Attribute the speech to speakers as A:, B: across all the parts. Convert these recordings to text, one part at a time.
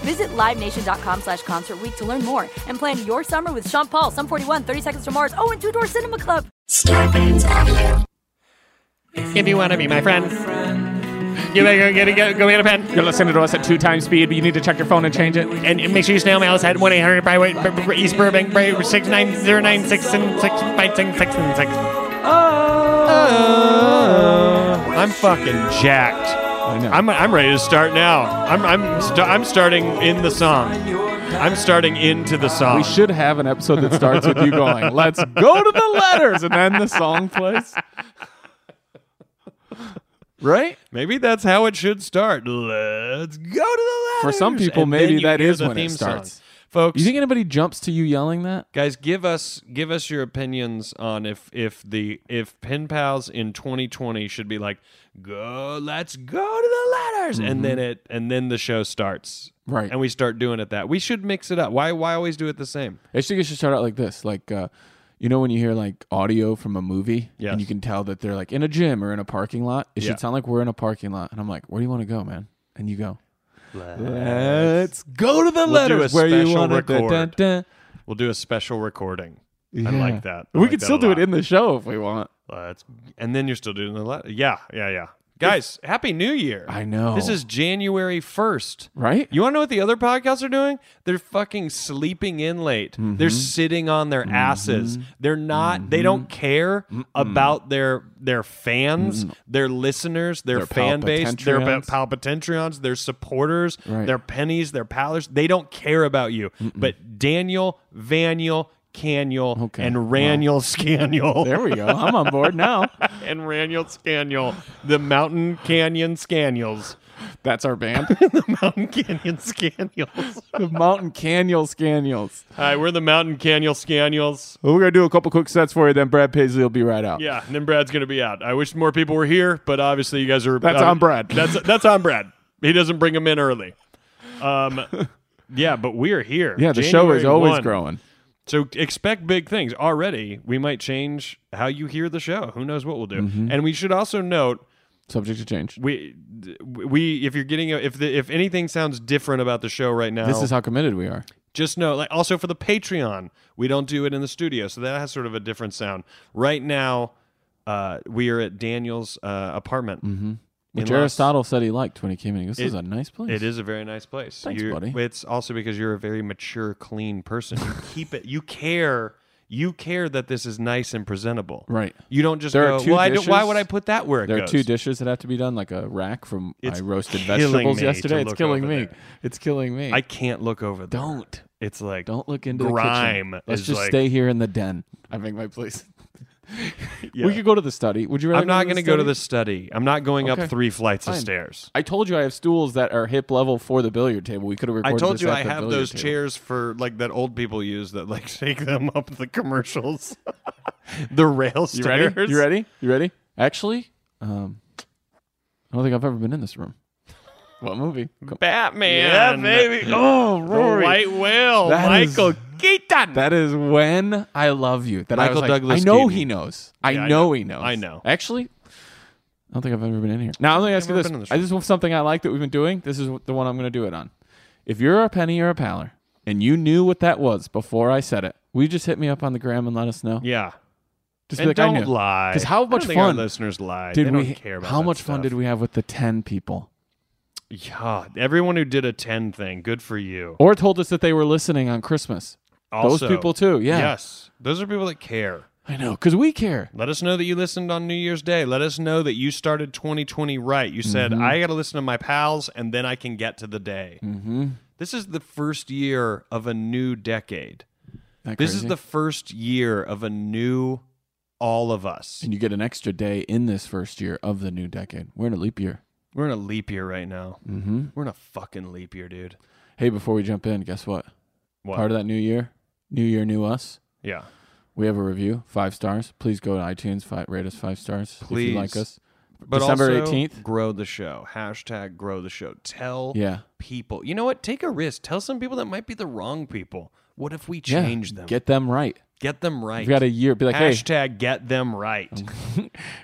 A: Visit LiveNation.com slash Concert Week to learn more and plan your summer with Sean Paul, Sum 41, 30 Seconds to Mars, oh, and Two Door Cinema Club.
B: If you want to be my friend, you better go get a, go, go get a pen.
C: You're listening to us at two times speed, but you need to check your phone and change it.
B: And and make sure you snail mail us at 1 800 Byway, East Burbank, Byway, 69096 and 6 and 6. Oh. I'm fucking jacked. I
C: know.
B: I'm, I'm ready to start now. I'm, I'm, st- I'm starting in the song. I'm starting into the song.
C: We should have an episode that starts with you going, "Let's go to the letters," and then the song plays. Right?
B: Maybe that's how it should start. Let's go to the letters.
C: For some people,
B: And
C: maybe
B: then you
C: that
B: hear
C: is
B: the
C: when it
B: theme song.
C: starts.
B: folks.
C: You think anybody jumps to you yelling that?
B: guys, give us give us your opinions on if if the if pen pals in 2020 should be like, go, let's go to the letters, and then it and then the show starts.
C: Mm-hmm. Right.
B: and we start doing it that we should mix it up. Why? Why always do it the same?
C: I think it should start out like this, like uh, you know when you hear like audio from a movie,
B: Yes.
C: and you can tell that they're like in a gym or in a parking lot. It
B: Yeah.
C: should sound like we're in a parking lot, and I'm like, "Where do you want to go, man?" And you go, "Let's go to the
B: We'll do a
C: letters where you
B: special
C: want to." Dun,
B: record.
C: dun.
B: We'll do a special recording. I
C: Yeah.
B: like that. I
C: we
B: like
C: could
B: that
C: still
B: a
C: do it
B: lot.
C: in the show if we want.
B: Let's, and then you're still doing the letter. Yeah, yeah, yeah. Guys, happy New Year!
C: I know.
B: This is January first.
C: Right?
B: You want to know what the other podcasts are doing? They're fucking sleeping in late. They're
C: Mm-hmm.
B: sitting on their asses. They're not. They don't
C: Mm-hmm.
B: care about their their fans, their listeners, their,
C: Their
B: fan base, their
C: palpatentrions.
B: pa- palpatentrions, their supporters,
C: Right.
B: their pennies, their pallors. They don't care about you. But Daniel Vaniel. Caniel
C: Okay.
B: and Raniel Scaniel.
C: There we go. I'm on board now.
B: and Raniel Scaniel, the Mountain Canyon Scaniels.
C: That's our band,
B: the Mountain Canyon Scaniels.
C: the Mountain Canyon Scaniels.
B: Hi, we're the Mountain Canyon Scaniels.
C: We're gonna do a couple quick sets for you, then Brad Paisley will be right out.
B: Yeah, and then Brad's gonna be out. I wish more people were here, but obviously you guys are.
C: That's on Brad.
B: That's that's on Brad. He doesn't bring them in early. Um, yeah, but we're here.
C: Yeah, the show is
B: January
C: always
B: 1.
C: growing.
B: So expect big things. Already, we might change how you hear the show. Who knows what we'll do?
C: Mm-hmm.
B: And we should also note
C: Subject to change.
B: we we if you're getting a, if the, if anything sounds different about the show right now,
C: This is how committed we are.
B: just know like also for the patreon we don't do it in the studio so that has sort of a different sound right now uh, we are at daniel's uh, apartment
C: Mm-hmm. Which
B: In Los-
C: Aristotle said he liked when he came in. He goes, This is
B: It-
C: a nice place.
B: it is a very nice place
C: Thanks,
B: You're-
C: buddy.
B: it's also because you're a very mature clean person you keep it you care you care that this is nice and presentable
C: Right.
B: you don't just
C: There
B: go
C: are two
B: well I don't, why
C: dishes.
B: would i put that where it
C: There are
B: goes?"
C: two dishes that have to be done, like a rack from
B: It's
C: I roasted
B: killing me
C: vegetables
B: to
C: yesterday. It's
B: look
C: killing
B: over
C: me.
B: there.
C: It's killing me.
B: i can't look over there.
C: don't.
B: it's like
C: Don't look into
B: grime
C: the kitchen. Let's
B: is
C: just
B: like-
C: stay here in the den. I think my place.
B: Yeah.
C: We could go to the study. Would you rather
B: i'm not
C: going to
B: go to the study i'm not going
C: Okay.
B: up three flights of
C: Fine.
B: stairs
C: I told you I have stools that are hip level for the billiard table. We could have
B: I
C: recorded
B: told
C: this
B: you
C: at
B: I
C: the
B: have
C: billiard
B: those
C: table.
B: chairs for like that old people use that like shake them up the commercials. the rail
C: You
B: stairs.
C: ready? You ready? You ready? Actually, um, I don't think I've ever been in this room. What movie? Come-
B: Batman. Yeah, baby.
C: Oh,
B: The White Whale.
C: That is-
B: Michael Keaton. done.
C: That is when I love you. That I was
B: Michael
C: like,
B: Douglas
C: I know
B: Keaton.
C: he knows. I,
B: Yeah,
C: know
B: I know.
C: he knows.
B: I know.
C: Actually, I don't think I've ever been in here. Now I'm gonna ask you
B: never
C: this.
B: been in this
C: I- This is something I like that we've been doing. This is the one I'm gonna do it on. If you're a penny or a paler, and you knew what that was before I said it, will you just hit me up on the gram and let us know?
B: yeah.
C: Just
B: And
C: be like,
B: don't
C: I knew.
B: lie.
C: 'Cause how
B: I don't
C: much
B: think our
C: fun
B: listeners lie.
C: Did
B: they
C: we?
B: don't care about
C: how
B: that
C: much fun
B: stuff.
C: did we have with the ten people?
B: Yeah, everyone who did a ten thing, good for you.
C: Or told us that they were listening on Christmas.
B: Also-
C: Those people too. Yeah.
B: Yes, those are people that care.
C: I know, because we care.
B: Let us know that you listened on New Year's Day. Let us know that you started 2020 right. You said,
C: Mm-hmm.
B: I got to listen to my pals and then I can get to the day. Mm-hmm. This is the first year of a new decade.
C: Isn't that
B: This is
C: crazy?
B: the first year of a new all of us.
C: And you get an extra day in this first year of the new decade. We're in a leap year.
B: We're in a leap year right now.
C: Mm.
B: Mm-hmm. We're in a fucking leap year, dude.
C: Hey, before we jump in, guess what?
B: What?
C: Part of that new year, new year, new us.
B: yeah.
C: We have a review, five stars. Please go to iTunes, five, rate us five stars if
B: Please.
C: you like us.
B: But
C: December
B: also,
C: 18th?
B: grow the show. Hashtag grow the show. Tell
C: Yeah.
B: people. You know what? Take a risk. Tell some people that might be the wrong people. What if we
C: Yeah,
B: change them?
C: Get them right.
B: Get them right.
C: We've got a year. Be like, hey,
B: Hashtag get them right.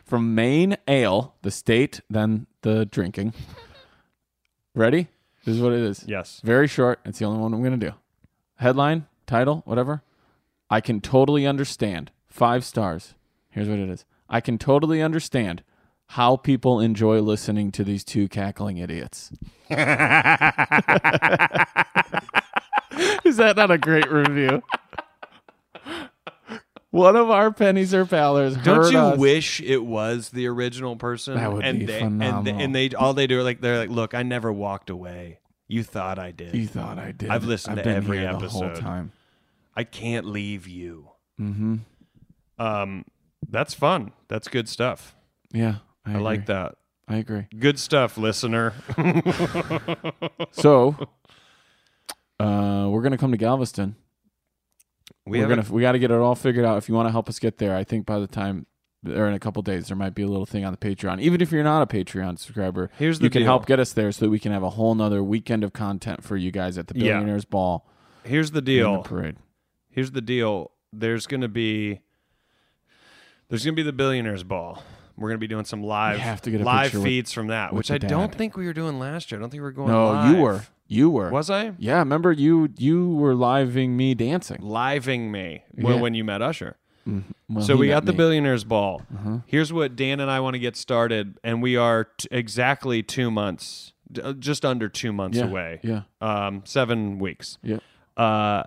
C: from Maine ale, the state, then the drinking. Ready? This is what it is.
B: Yes.
C: Very short. It's the only one I'm going to do. Headline, title, whatever. I can totally understand. Five stars. Here's what it is I can totally understand how people enjoy listening to these two cackling idiots. is that not a great review? One of our pennies or pallers.
B: Don't
C: heard
B: you
C: us.
B: wish it was the original person?
C: That would
B: and
C: be
B: they, And
C: phenomenal.
B: they, and they all they do are like they're like, look, I never walked away. You thought I did.
C: You thought I did.
B: I've listened
C: I've
B: to
C: been
B: every
C: here the whole
B: episode.
C: time.
B: I can't leave you. Mm-hmm. Um, that's fun. That's good stuff.
C: Yeah, I,
B: I like
C: agree.
B: that.
C: I agree.
B: Good stuff, listener.
C: So, uh, we're gonna come to Galveston.
B: We
C: We are
B: haven't-
C: gonna we got to get it all figured out. If you want to help us get there, I think by the time or in a couple days there might be a little thing on the Patreon. Even if you're not a Patreon subscriber,
B: Here's the
C: you can
B: deal.
C: help get us there so that we can have a whole nother weekend of content for you guys at the
B: Yeah.
C: Billionaires Ball
B: Here's the
C: and
B: deal.
C: the parade.
B: here's the deal there's gonna be there's gonna be the billionaires ball we're gonna be doing some live
C: We have to get a
B: live
C: picture with-
B: feeds from that
C: with
B: which
C: the
B: i don't
C: dad.
B: think we were doing last year i don't think we were going
C: No, you
B: live.
C: were you were
B: was i
C: yeah. Remember you you were living me dancing.
B: living me when,
C: Yeah.
B: when you met usher
C: Well,
B: so
C: he
B: we
C: met
B: got the
C: me. Uh-huh.
B: billionaires ball here's what dan and i want to get started and we are t- exactly two months d- uh, just under two months
C: yeah,
B: away
C: Yeah,
B: um seven weeks
C: yeah.
B: uh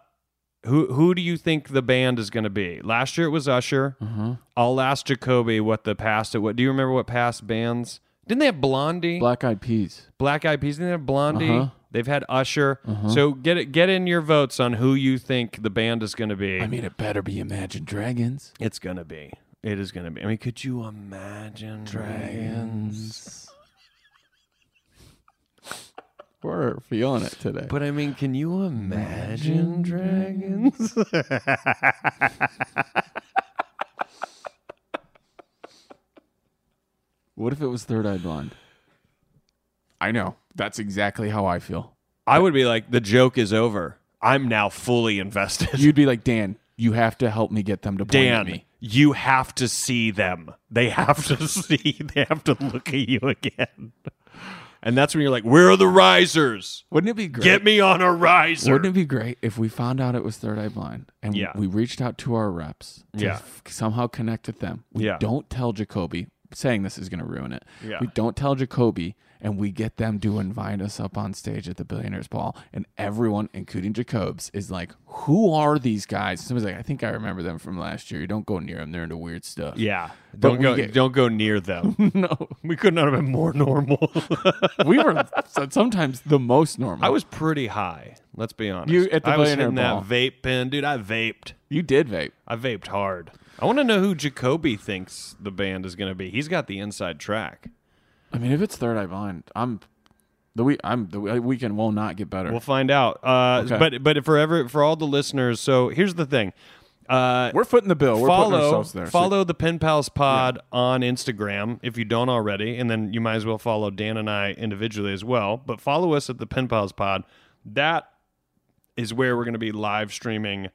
B: who who do you think the band is going to be? Last year it was Usher.
C: Uh-huh.
B: I'll ask Jacoby what the past. What do you remember? What past bands? Didn't they have Blondie? Black,
C: Black Eyed Peas.
B: Eyed Peas. Didn't they have Blondie?
C: Uh-huh.
B: They've had Usher. So get it, get in your votes on who you think the band is going to be.
C: I mean, it better be Imagine Dragons.
B: it's going to be. It is going to be. I mean, could you imagine dragons?
C: We're feeling it today.
B: But I mean, can you imagine dragons?
C: What if it was Third Eye Blind? I know. That's exactly how I feel.
B: I would be like, the joke is over. I'm now fully invested.
C: You'd be like, Dan, you have to help me get them to point at
B: Dan,
C: me.
B: you have to see them. They have to see. They have to look at you again. And that's when you're like, "Where are the risers?
C: Wouldn't it be great?
B: Get me on a riser."
C: Wouldn't it be great if we found out it was Third Eye Blind and
B: Yeah.
C: we reached out to our reps to
B: Yeah.
C: f- somehow connect with them? We
B: Yeah.
C: don't tell Jacoby. Saying this is going to ruin it.
B: Yeah.
C: We don't tell Jacoby, and we get them to invite us up on stage at the Billionaires Ball, and everyone, including Jacobs, is like, "Who are these guys?" Somebody's like, "I think I remember them from last year." You don't go near them; they're into weird stuff.
B: yeah,
C: But
B: don't
C: we
B: go.
C: get-
B: Don't go near them.
C: no,
B: we could not have been more normal.
C: we were so- sometimes the most normal.
B: I was pretty high. Let's be honest.
C: You at the
B: I was
C: billionaire
B: hitting
C: ball.
B: that vape pen, dude. I vaped.
C: You did vape.
B: I vaped hard. I want to know who Jacoby thinks the band is going to be. He's got the inside track.
C: I mean, if it's Third Eye Blind, I'm the week. I'm the we- weekend will not get better.
B: We'll find out. Uh,
C: Okay.
B: But but for ever for all the listeners, so here's the thing. Uh,
C: we're footing the bill. We're putting
B: follow
C: ourselves there. So-
B: follow the Pen Pals Pod on Instagram if you don't already, and then you might as well follow Dan and I individually as well. But follow us at the Pen Pals Pod. That is where we're going to be live streaming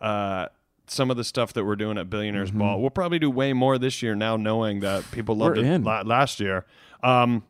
B: uh, some of the stuff that we're doing at Billionaires Ball. We'll probably do way more this year now, knowing that people loved
C: Mm-hmm. We're
B: it
C: in.
B: la- last year. Um,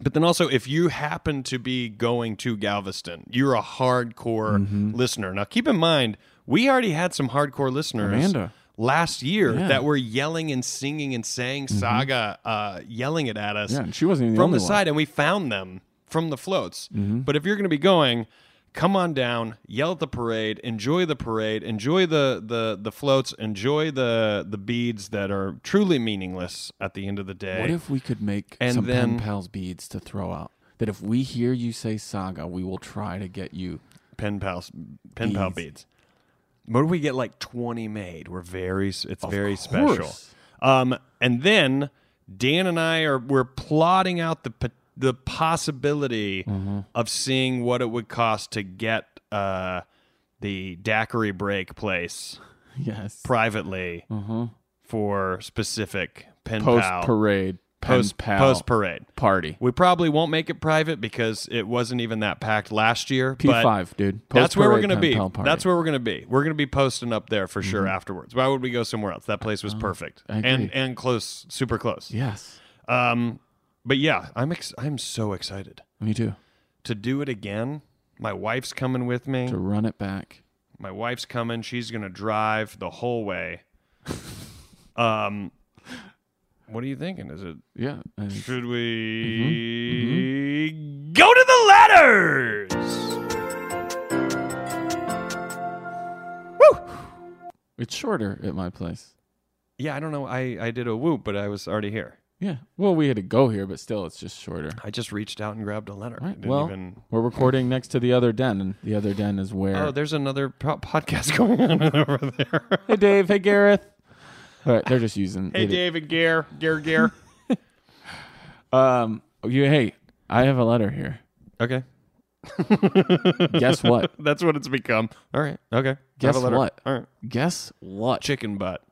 B: but then also, if you happen to be going to Galveston, you're a hardcore
C: Mm-hmm.
B: listener. Now, keep in mind, we already had some hardcore listeners
C: Amanda.
B: last year
C: Yeah. Mm-hmm.
B: that were yelling and singing and saying Saga, uh, yelling it at us
C: Yeah, and she wasn't even the
B: from
C: only
B: the
C: one. Mm-hmm.
B: side, and we found them from the floats. But if you're going to be going, come on down, yell at the parade, enjoy the parade, enjoy the the the floats, enjoy the the beads that are truly meaningless at the end of the day.
C: What if we could make
B: And
C: some
B: then-
C: pen pals beads to throw out? That if we hear you say saga, we will try to get you.
B: pen pals pen pal beads. What if we get like 20 made? We're very s- it's very special.
C: course.
B: Um and then Dan and I are we're plotting out the po- the possibility
C: Mm-hmm.
B: of seeing what it would cost to get uh the daiquiri break place
C: Yes.
B: privately for specific pen
C: Mm-hmm. Post
B: pal
C: parade.
B: post
C: pen pal
B: post parade.
C: party.
B: We probably won't make it private because it wasn't even that packed last year.
C: P
B: but-
C: five, dude.
B: that's where we're
C: Post-parade
B: gonna
C: pen
B: be.
C: pal party. Mm-hmm.
B: That's where we're gonna be. We're gonna be posting up there for sure afterwards. Why would we go somewhere else? That place was perfect
C: Oh, I agree.
B: and and close, super close.
C: Yes.
B: Um, but yeah, I'm ex- I'm so excited
C: Me too.
B: to do it again. My wife's coming with me.
C: To run it back.
B: My wife's coming. She's gonna drive the whole way. um, what are you thinking? Is it
C: Yeah. I think-
B: should we
C: Mm-hmm.
B: go to the letters?
C: It's shorter at my place.
B: Yeah, I don't know. I I did a whoop, but I was already here.
C: Yeah. Well, we had to go here, but still, it's just shorter.
B: I just reached out and grabbed a letter. I
C: Right.
B: didn't
C: Well,
B: even.
C: we're recording next to the other den, and the other den is where.
B: Oh, there's another po- podcast going on over there.
C: hey, Dave. Hey, Gareth. All right, they're just using.
B: hey,
C: it-
B: David Gare, Gare, Gare.
C: Um, you. Hey, I have a letter here.
B: okay,
C: Guess what?
B: that's what it's become. All right. Okay. Have
C: Guess
B: a letter.
C: what?
B: All right.
C: Guess what?
B: Chicken butt.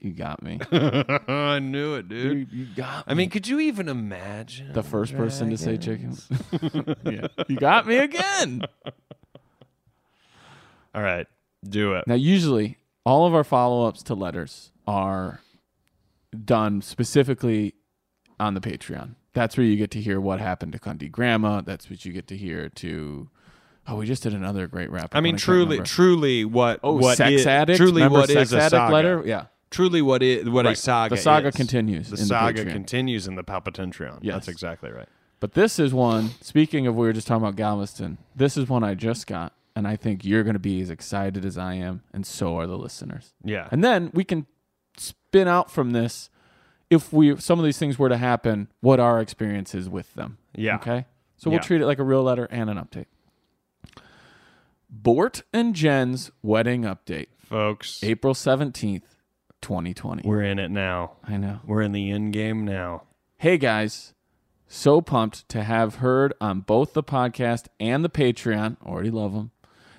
C: You got me.
B: I knew it, dude.
C: you got
B: I mean, could you even imagine?
C: the first person to say chicken. yeah. You got me again.
B: All right, do it.
C: Now, usually, all of our follow ups to letters are done specifically on the Patreon. That's where you get to hear what happened to Cundy Grandma. That's what you get to hear to. Oh, we just did another great wrap.
B: I mean, truly, truly, what?
C: Oh,
B: what
C: sex
B: is-
C: addict.
B: Truly,
C: Remember
B: what is
C: sex
B: a
C: addict
B: saga?
C: letter? Yeah.
B: Truly, what is what a
C: Right.
B: saga?
C: The saga
B: is.
C: continues
B: The
C: in the
B: saga
C: Patreon.
B: continues in the Palpatentrion.
C: Yes.
B: That's exactly right.
C: But this is one. Speaking of, we were just talking about Galveston. This is one I just got, and I think you're going to be as excited as I am, and so are the listeners.
B: Yeah.
C: And then we can spin out from this if we if some of these things were to happen, what our experience is with them.
B: Yeah.
C: Okay. So
B: Yeah.
C: we'll treat it like a real letter and an update. Bort and Jen's wedding update,
B: Folks,
C: April 17th, 2020.
B: we're in it now.
C: I know.
B: We're in the end game now.
C: Hey guys, so pumped to have heard on both the podcast and the Patreon, already love them,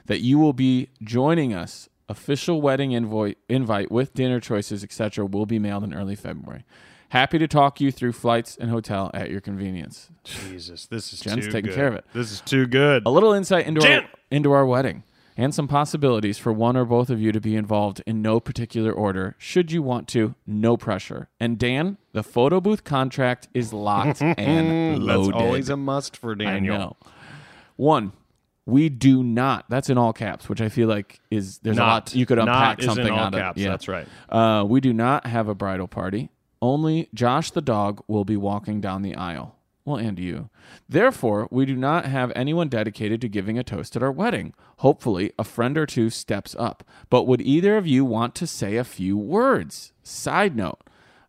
C: that you will be joining us. Official wedding invite, invite with dinner choices, etc., will be mailed in early February. Happy to talk you through flights and hotel at your convenience.
B: Jesus, this is
C: Jen's
B: too
C: taking
B: good.
C: care of it.
B: This is too good.
C: A little insight into
B: Jen!
C: our, into our wedding and some possibilities for one or both of you to be involved in no particular order, should you want to. No pressure. And Dan, the photo booth contract is locked and
B: That's
C: loaded.
B: always a must for
C: I
B: Daniel.
C: know. One, we do not. That's in all caps, which I feel like is there's a lot you could unpack
B: not
C: something
B: is in all
C: out of-
B: caps.
C: yeah.
B: That's right.
C: Uh, we do not have a bridal party. Only Josh the dog will be walking down the aisle. Well, and you. Therefore, we do not have anyone dedicated to giving a toast at our wedding. Hopefully, a friend or two steps up. But would either of you want to say a few words? Side note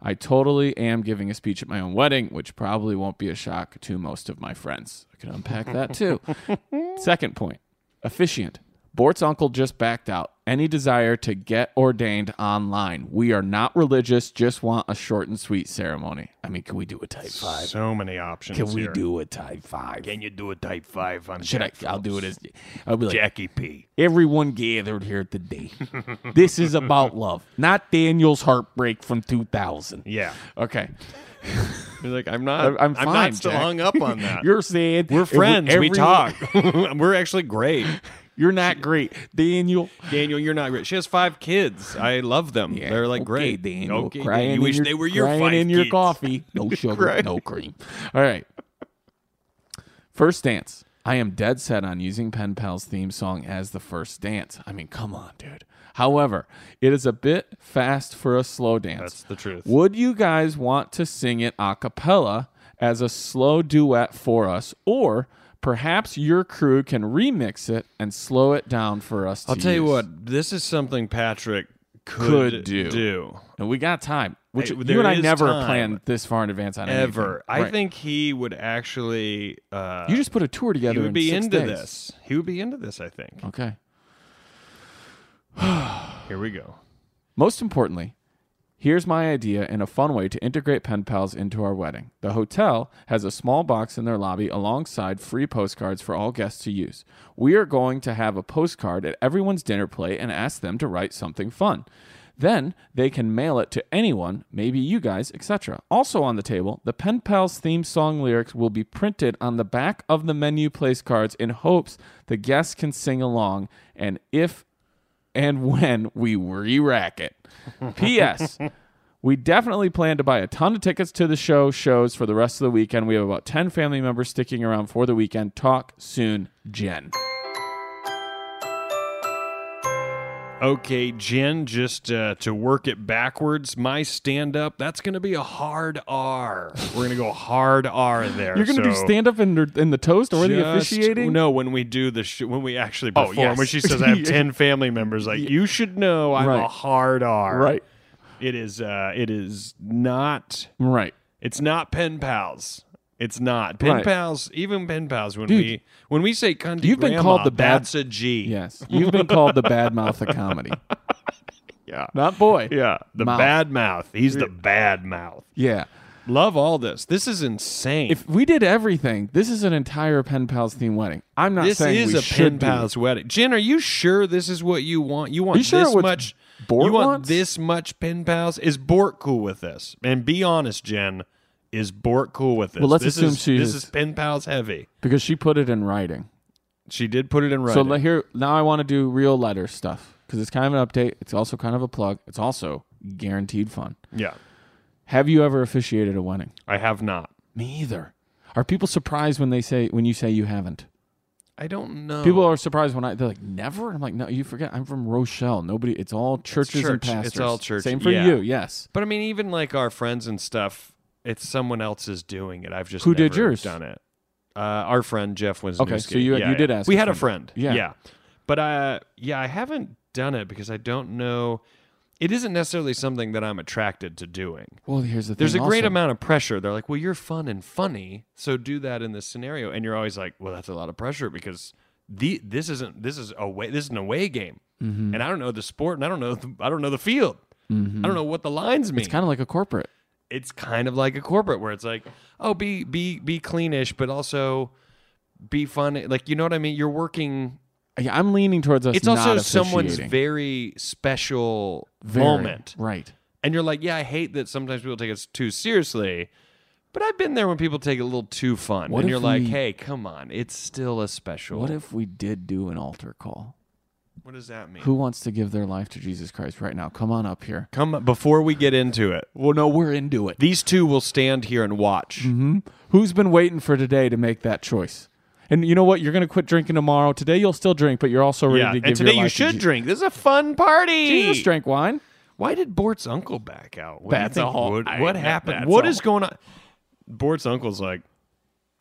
C: I totally am giving a speech at my own wedding, which probably won't be a shock to most of my friends. I can unpack that too. Second point officiant. Bort's uncle just backed out. Any desire to get ordained online? We are not religious, just want a short and sweet ceremony. I mean, can we do a type five?
B: So many options.
C: Can we
B: here.
C: do a type five?
B: Can you do a type five on?
C: Should I?
B: Jack
C: I'll do it
B: Phillips?
C: as. I'll be like,
B: Jackie P.
C: everyone gathered here today. this is about love, not Daniel's heartbreak from 2000.
B: Yeah.
C: Okay.
B: You're like I'm not.
C: I'm- I'm
B: I'm
C: fine,
B: not still
C: Jack.
B: hung up on that.
C: You're saying
B: We're friends. we
C: everyone-
B: talk. We're actually great.
C: You're not great, Daniel.
B: Daniel, you're not great. She has five kids. I love them. They're like
C: okay,
B: great.
C: Daniel.
B: Okay,
C: crying
B: Daniel.
C: in
B: you wish
C: your-
B: they were your
C: crying
B: five
C: in your
B: kids.
C: coffee. No sugar, no cream. All right. First dance. I am dead set on using Pen Pal's theme song as the first dance. I mean, come on, dude. However, it is a bit fast for a slow dance.
B: That's the truth.
C: Would you guys want to sing it a cappella as a slow duet for us, or perhaps your crew can remix it and slow it down for us?
B: I'll
C: to
B: tell you
C: use?
B: what. This is something Patrick could,
C: Could do.
B: do.
C: and we got time. Which
B: Hey,
C: you
B: there
C: and I
B: is
C: never
B: time.
C: planned this far in advance on
B: ever.
C: anything.
B: I
C: Right.
B: think he would actually. Uh,
C: you just put a tour together.
B: he would
C: in
B: be
C: six
B: into
C: days.
B: this. He would be into this. I think.
C: Okay.
B: Here we go.
C: Most importantly, here's my idea and a fun way to integrate pen pals into our wedding. The hotel has a small box in their lobby alongside free postcards for all guests to use. We are going to have a postcard at everyone's dinner plate and ask them to write something fun. Then they can mail it to anyone, maybe you guys, etc. Also on the table, the Pen Pals theme song lyrics will be printed on the back of the menu place cards in hopes the guests can sing along. And if and when we re rack it. P.S. We definitely plan to buy a ton of tickets to the show shows for the rest of the weekend. We have about 10 family members sticking around for the weekend. Talk soon, Jen.
B: Okay, Jen, just uh, to work it backwards, my stand up, that's going to be a hard R. We're going to go hard R there.
C: You're going to do
B: so
C: stand up in, the- in the toast or the
B: just-
C: officiating? Oh,
B: No, when we do the sh- when we actually perform,
C: yes.
B: when she says I have 10 family members, like you should know I'm a
C: Right.
B: hard R.
C: Right.
B: It is uh it is not
C: Right.
B: it's not pen pals. It's not pen
C: Right.
B: pals. Even pen pals. When
C: Dude.
B: we when we say Cundy
C: You've been
B: grandma,
C: called the bad-
B: That's a G.
C: Yes. You've been called the bad mouth of comedy.
B: Yeah.
C: Not boy.
B: Yeah. The
C: Mouth.
B: bad mouth. He's the bad mouth.
C: Yeah.
B: Love all this. This is insane.
C: If we did everything, this is an entire Pen Pals theme wedding. I'm not
B: this
C: saying
B: is
C: we
B: a
C: should
B: pen
C: do
B: pal's wedding. Jen, are you sure this is what you want? You want
C: You sure
B: this
C: what
B: much?
C: Bort
B: you want
C: wants?
B: this much pen pals? Is Bort cool with this? And be honest, Jen, is Bort cool with this?
C: Well, let's
B: this
C: assume
B: is,
C: she
B: this
C: is.
B: is pen pals heavy.
C: because she put it in writing.
B: She did put it in
C: So
B: writing.
C: let- here now, I want to do real letter stuff because it's kind of an update. It's also kind of a plug. It's also guaranteed fun.
B: yeah,
C: Have you ever officiated a wedding?
B: I have not.
C: Me either. Are people surprised when they say when you say you haven't?
B: I don't know.
C: People are surprised when I they're like never. I'm like no, you forget. I'm from Rochelle. Nobody. It's all churches and
B: church. It's
C: pastors.
B: all church.
C: Same for
B: Yeah.
C: you. Yes.
B: but I mean, even like our friends and stuff, it's someone else is doing it. I've just
C: Who did
B: never
C: yours?
B: Done it. Uh, our friend Jeff Wisniewski.
C: Okay, so you-
B: Yeah,
C: you
B: yeah.
C: did ask
B: We
C: a
B: had a
C: friend.
B: friend.
C: Yeah.
B: yeah. But uh, yeah, I haven't done it because I don't know. It isn't necessarily something that I'm attracted to doing.
C: Well, here's the thing.
B: There's a great
C: also.
B: amount of pressure. They're like, "Well, you're fun and funny, so do that in this scenario." And you're always like, "Well, that's a lot of pressure because the this isn't this is away this is an away game,
C: Mm-hmm.
B: and I don't know the sport, and I don't know the, I don't know the field, I don't know what the lines mean."
C: It's kind of like a corporate.
B: it's kind of like a corporate where it's like, oh, be be be cleanish, but also be fun. Like you know what I mean? You're working.
C: Yeah, I'm leaning towards us.
B: It's also
C: not
B: someone's
C: officiating.
B: very special
C: Very.
B: moment,
C: Right.
B: and you're like, yeah, I hate that sometimes people take it too seriously. But I've been there when people take it a little too fun,
C: What
B: and
C: if
B: you're like,
C: we-
B: hey, come on, it's still a special.
C: What if we did do an altar call?
B: What does that mean?
C: Who wants to give their life to Jesus Christ right now? Come on up here.
B: Come before we get into it.
C: Well, no, we're into it.
B: These two will stand here and watch.
C: Mm-hmm. Who's been waiting for today to make that choice? And you know what? You're going to quit drinking tomorrow. Today you'll still drink, but you're also ready
B: Yeah,
C: to give
B: and
C: your
B: today you
C: life to
B: should
C: Je-
B: drink. This is a fun party.
C: Jesus drank wine.
B: Why did Bort's uncle back out? What
C: That's a whole-
B: What,
C: I-
B: what
C: that-
B: happened?
C: that's
B: What
C: a
B: is going on? Bort's uncle's like,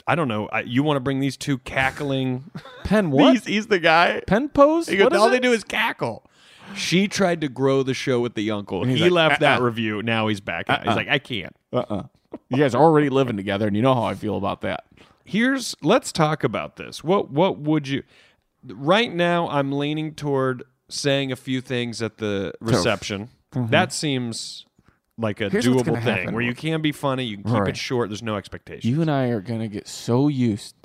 B: I don't know. I, you want to bring these two cackling?
C: Pen what?
B: He's, he's the guy.
C: Pen pose?
B: He goes,
C: What is
B: all
C: it?
B: they do is cackle. She tried to grow the show with the uncle. He
C: like,
B: left that
C: uh-uh.
B: review. Now he's back. out. He's like, I can't.
C: You guys are already living together, and you know how I feel about that.
B: Here's let's talk about this. What what would you? Right now, I'm leaning toward saying a few things at the reception. That seems like a
C: Mm-hmm. Here's what's
B: doable
C: gonna
B: thing
C: happen.
B: where you can be funny, you can keep
C: Right.
B: it short. There's no expectation.
C: You and I are going to get so used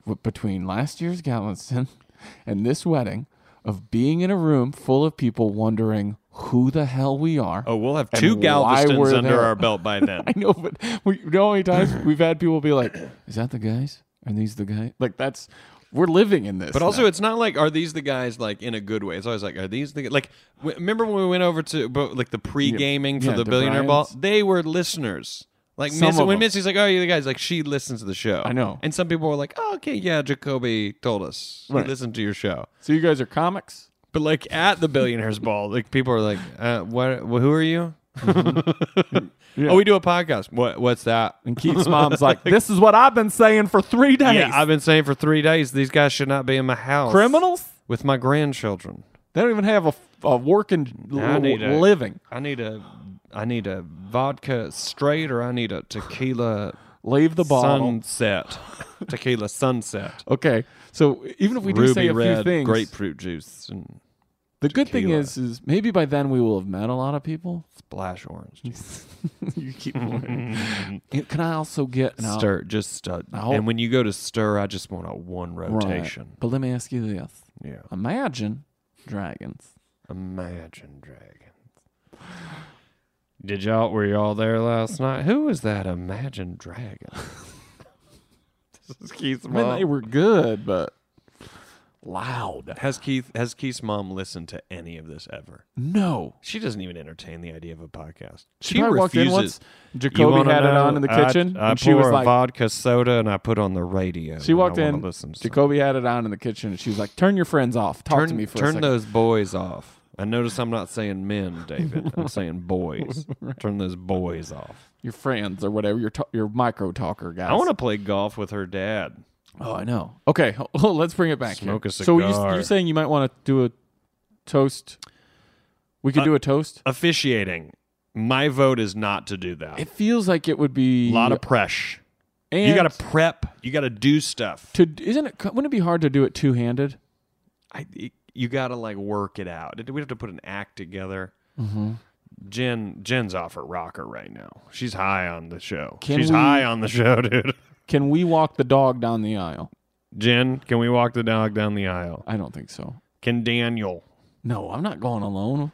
C: w- between last year's Galveston and this wedding of being in a room full of people wondering who the hell we are.
B: Oh, we'll have
C: and
B: two
C: why
B: Galvestons
C: we're
B: under
C: there.
B: our belt by then.
C: I know, but we, you know how many times we've had people be like, "Is that the guys? Are these the guys?" Like that's We're living in this.
B: But also,
C: now.
B: it's not like are these the guys like in a good way? It's always like are these the g- like? W- remember when we went over to bo- like the pre gaming for
C: Yeah,
B: the
C: the
B: billionaire ball?
C: Bryans.
B: They were listeners. Like
C: Some
B: Miss,
C: of
B: when
C: them.
B: Missy's like, oh, you guys, like she listens to the show.
C: I know.
B: And some people were like, oh, okay, yeah, Jacoby told us
C: Right.
B: he listened to your show.
C: so you guys are comics.
B: But like at the billionaires ball, like people are like, uh, what? wh- who are you?
C: Mm-hmm. Yeah.
B: Oh, we do a podcast. What? What's that?
C: And Keith's mom's like, "This is what I've been saying for three days."
B: Yeah, I've been saying for three days these guys should not be in my house.
C: criminals.
B: with my grandchildren.
C: They don't even have a, a working
B: I
C: l-
B: need a-
C: living.
B: I need a I need a vodka straight or I need a tequila
C: Leave the bottle.
B: sunset. tequila sunset.
C: Okay, so even if we do
B: Ruby
C: say a
B: red
C: few things,
B: grapefruit juice and
C: the good thing
B: tequila.
C: is, is maybe by then we will have met a lot of people.
B: splash orange juice.
C: you keep. Can I also get an
B: Stir just uh,
C: I'll-
B: and when you go to stir I just want a one rotation.
C: But let me ask you this:
B: Yeah.
C: Imagine dragons.
B: Imagine Dragons. Did y'all were y'all there last night? Who was that Imagine Dragon? this is Keith's
C: I mean, they were good, but loud.
B: Has Keith has Keith's mom listened to any of this ever?
C: No,
B: She doesn't even entertain the idea of a podcast.
C: she, probably walked in once. Jacoby had it on in the kitchen,
B: I,
C: and she was
B: a
C: like,
B: vodka soda and I put on the radio.
C: She walked
B: I
C: in.
B: Listen
C: Jacoby had it on in the kitchen, and she was like, "Turn your friends off. Talk
B: turn
C: to me for a
B: turn
C: second.
B: those boys off. I notice I'm not saying men, David. I'm saying boys. Turn those boys off.
C: your friends or whatever. Your ta- your micro talker guys.
B: I want to play golf with her dad.
C: Oh, I know. Okay, ho- ho- let's bring it back.
B: Smoke
C: here.
B: a
C: So you,
B: cigar.
C: you're saying you might want to do a toast? We
B: Uh,
C: could do a toast.
B: Officiating. My vote is not to do that.
C: It feels like it would be
B: a lot of presh.
C: And
B: You got to prep. You got to do stuff.
C: to isn't it? Wouldn't it be hard to do it two handed?
B: I, it- you got to like work it out. We have to put an act together.
C: Mm-hmm.
B: Jen, Jen's off her rocker right now. She's high on the show.
C: Can
B: She's
C: we-
B: high on the show, dude.
C: Can we walk the dog down the aisle?
B: Jen, can we walk the dog down the aisle?
C: I don't think so.
B: Can Daniel?
C: No, I'm not going alone.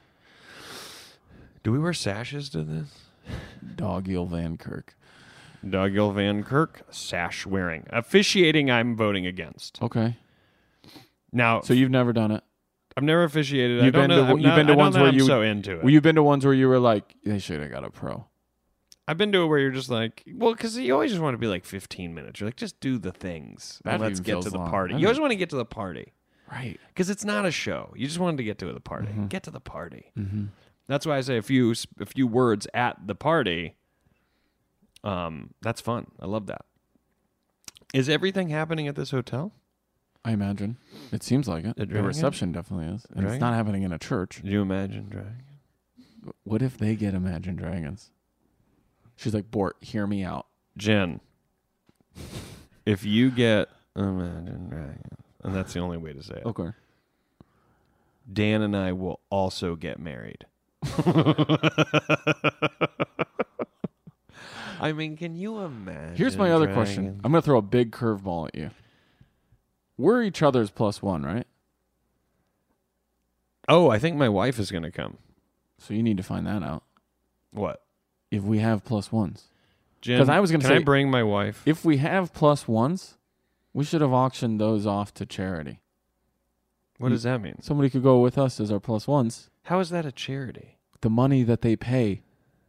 B: Do we wear sashes to this?
C: Doggiel Van Kirk.
B: Daniel Van Kirk, sash wearing, officiating. I'm voting against.
C: Okay.
B: Now,
C: So you've never done it.
B: I've never officiated. I
C: You've
B: don't
C: been
B: know,
C: to
B: I'm
C: you've
B: not-
C: been
B: I
C: to
B: don't
C: ones
B: know
C: where
B: I'm
C: you
B: so into it.
C: Well, you've been to ones where you were like, they should have got a pro.
B: I've been to it where you're just like, well, because you always just want to be like 15 minutes. You're like, just do the things.
C: That
B: and let's
C: even
B: get
C: feels
B: to the
C: long.
B: party.
C: I
B: You always
C: know.
B: want to get to the party
C: Right.
B: because it's not a show. You just wanted to get to the party.
C: Mm-hmm.
B: Get to the party. That's why I say a few s- a few words at the party. Um, that's fun. I love that. Is everything happening at this hotel?
C: I imagine. It seems like it.
B: The
C: The
B: dragon?
C: reception definitely is. And
B: Dragon?
C: it's not happening in a church.
B: Did you imagine, Dragon?
C: What if they get Imagine Dragons? She's like, Bort, hear me out.
B: Jen, if you get Imagine Dragon, and that's the only way to say it.
C: Okay.
B: Dan and I will also get married. I mean, can you imagine?
C: Here's my other question. I'm going to throw a big curveball at you. We're each other's plus one, right?
B: Oh, I think my wife is going to come.
C: So you need to find that out.
B: What?
C: If we have plus ones.
B: Jen,
C: 'Cause I was gonna
B: can I
C: say-
B: bring my wife?
C: If we have plus ones, we should have auctioned those off to charity.
B: What does that mean?
C: Somebody could go with us as our plus ones.
B: How is that a charity?
C: The money that they pay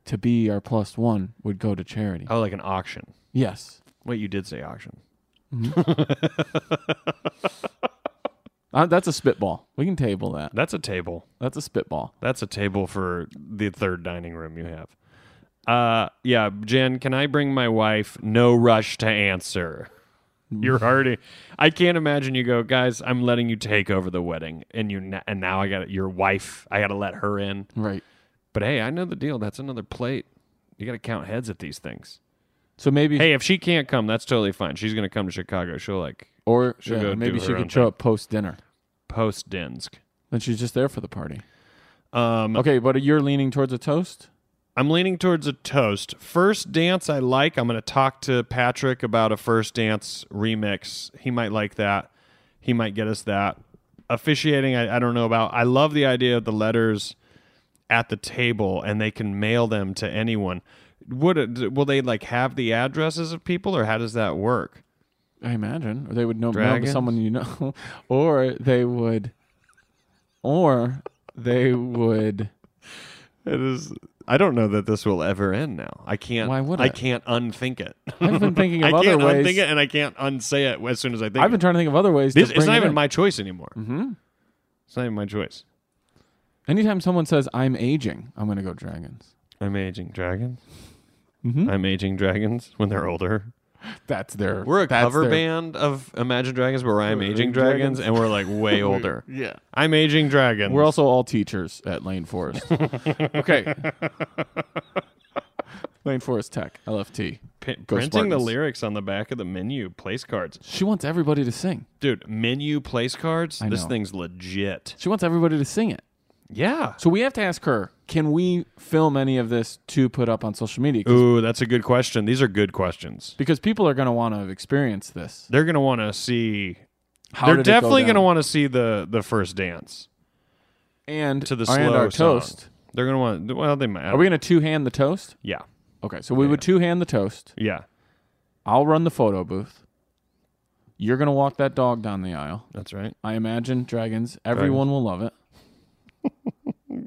C: to be our plus one would go to charity.
B: Oh, like an auction.
C: Yes.
B: Wait, you did say auction.
C: Uh, that's a spitball. We can table that.
B: That's a table.
C: That's a spitball.
B: That's a table for the third dining room you have. Uh, yeah, Jen, can I bring my wife? No rush to answer. You're already. I can't imagine you go, guys. I'm letting you take over the wedding, and you na- and now I got your wife. I got to let her in.
C: Right.
B: But hey, I know the deal. That's another plate. You got to count heads at these things.
C: So maybe
B: Hey, if she can't come, that's totally fine. She's gonna come to Chicago. She'll like
C: Or
B: She'll
C: yeah,
B: go
C: maybe
B: do
C: she
B: her
C: could
B: own
C: show
B: thing.
C: up post dinner.
B: post Dinsk.
C: Then she's just there for the party.
B: Um,
C: Okay, but you're leaning towards a toast.
B: I'm leaning towards a toast. First dance I like. I'm going to talk to Patrick about a first dance remix. He might like that. He might get us that. Officiating, I, I don't know about. I love the idea of the letters at the table and they can mail them to anyone. Would it, will they like have the addresses of people or how does that work?
C: I imagine, or they would know
B: Dragons?
C: know someone you know, or they would, or they would.
B: It is. I don't know that this will ever end. Now I can't.
C: Why would
B: I
C: it?
B: can't unthink it.
C: I've been thinking of
B: I
C: other
B: can't
C: ways.
B: unthink it, and I can't unsay it as soon as I think.
C: I've
B: it.
C: been trying to think of other ways.
B: This,
C: to
B: it's
C: bring
B: not
C: it
B: even
C: in.
B: my choice anymore. Mm-hmm. It's not even my choice.
C: Anytime someone says I'm aging, I'm gonna go dragons.
B: I'm aging dragons.
C: Mm-hmm.
B: I'm aging dragons when they're older.
C: That's their.
B: We're a
C: that's
B: cover
C: their-
B: band of Imagine Dragons, but we're I'm aging
C: Aging
B: dragons,
C: Dragons.
B: and we're like way older.
C: Yeah.
B: I'm aging dragons.
C: We're also all teachers at Lane Forest. okay. Lane Forest Tech, LFT.
B: P-
C: Go
B: printing the
C: Spartans.
B: lyrics on the back of the menu place cards,
C: She wants everybody to sing.
B: dude. Menu place cards.
C: I
B: This
C: know.
B: thing's legit.
C: She wants everybody to sing it.
B: Yeah.
C: So we have to ask her, can we film any of this to put up on social media? 'Cause-
B: Ooh, that's a good question. These are good questions.
C: Because people are going to want to experience this.
B: They're gonna want to see.
C: How
B: they're
C: did it go
B: definitely gonna
C: down?
B: want to see the the first dance
C: and
B: to the
C: and
B: slow
C: our
B: song.
C: toast.
B: They're gonna want. Well, they might.
C: Are we going to two hand the toast?
B: Yeah.
C: Okay, so we would two hand the toast.
B: Yeah.
C: I'll run the photo booth. You're going to walk that dog down the aisle.
B: That's right.
C: I imagine dragons. Everyone will love it.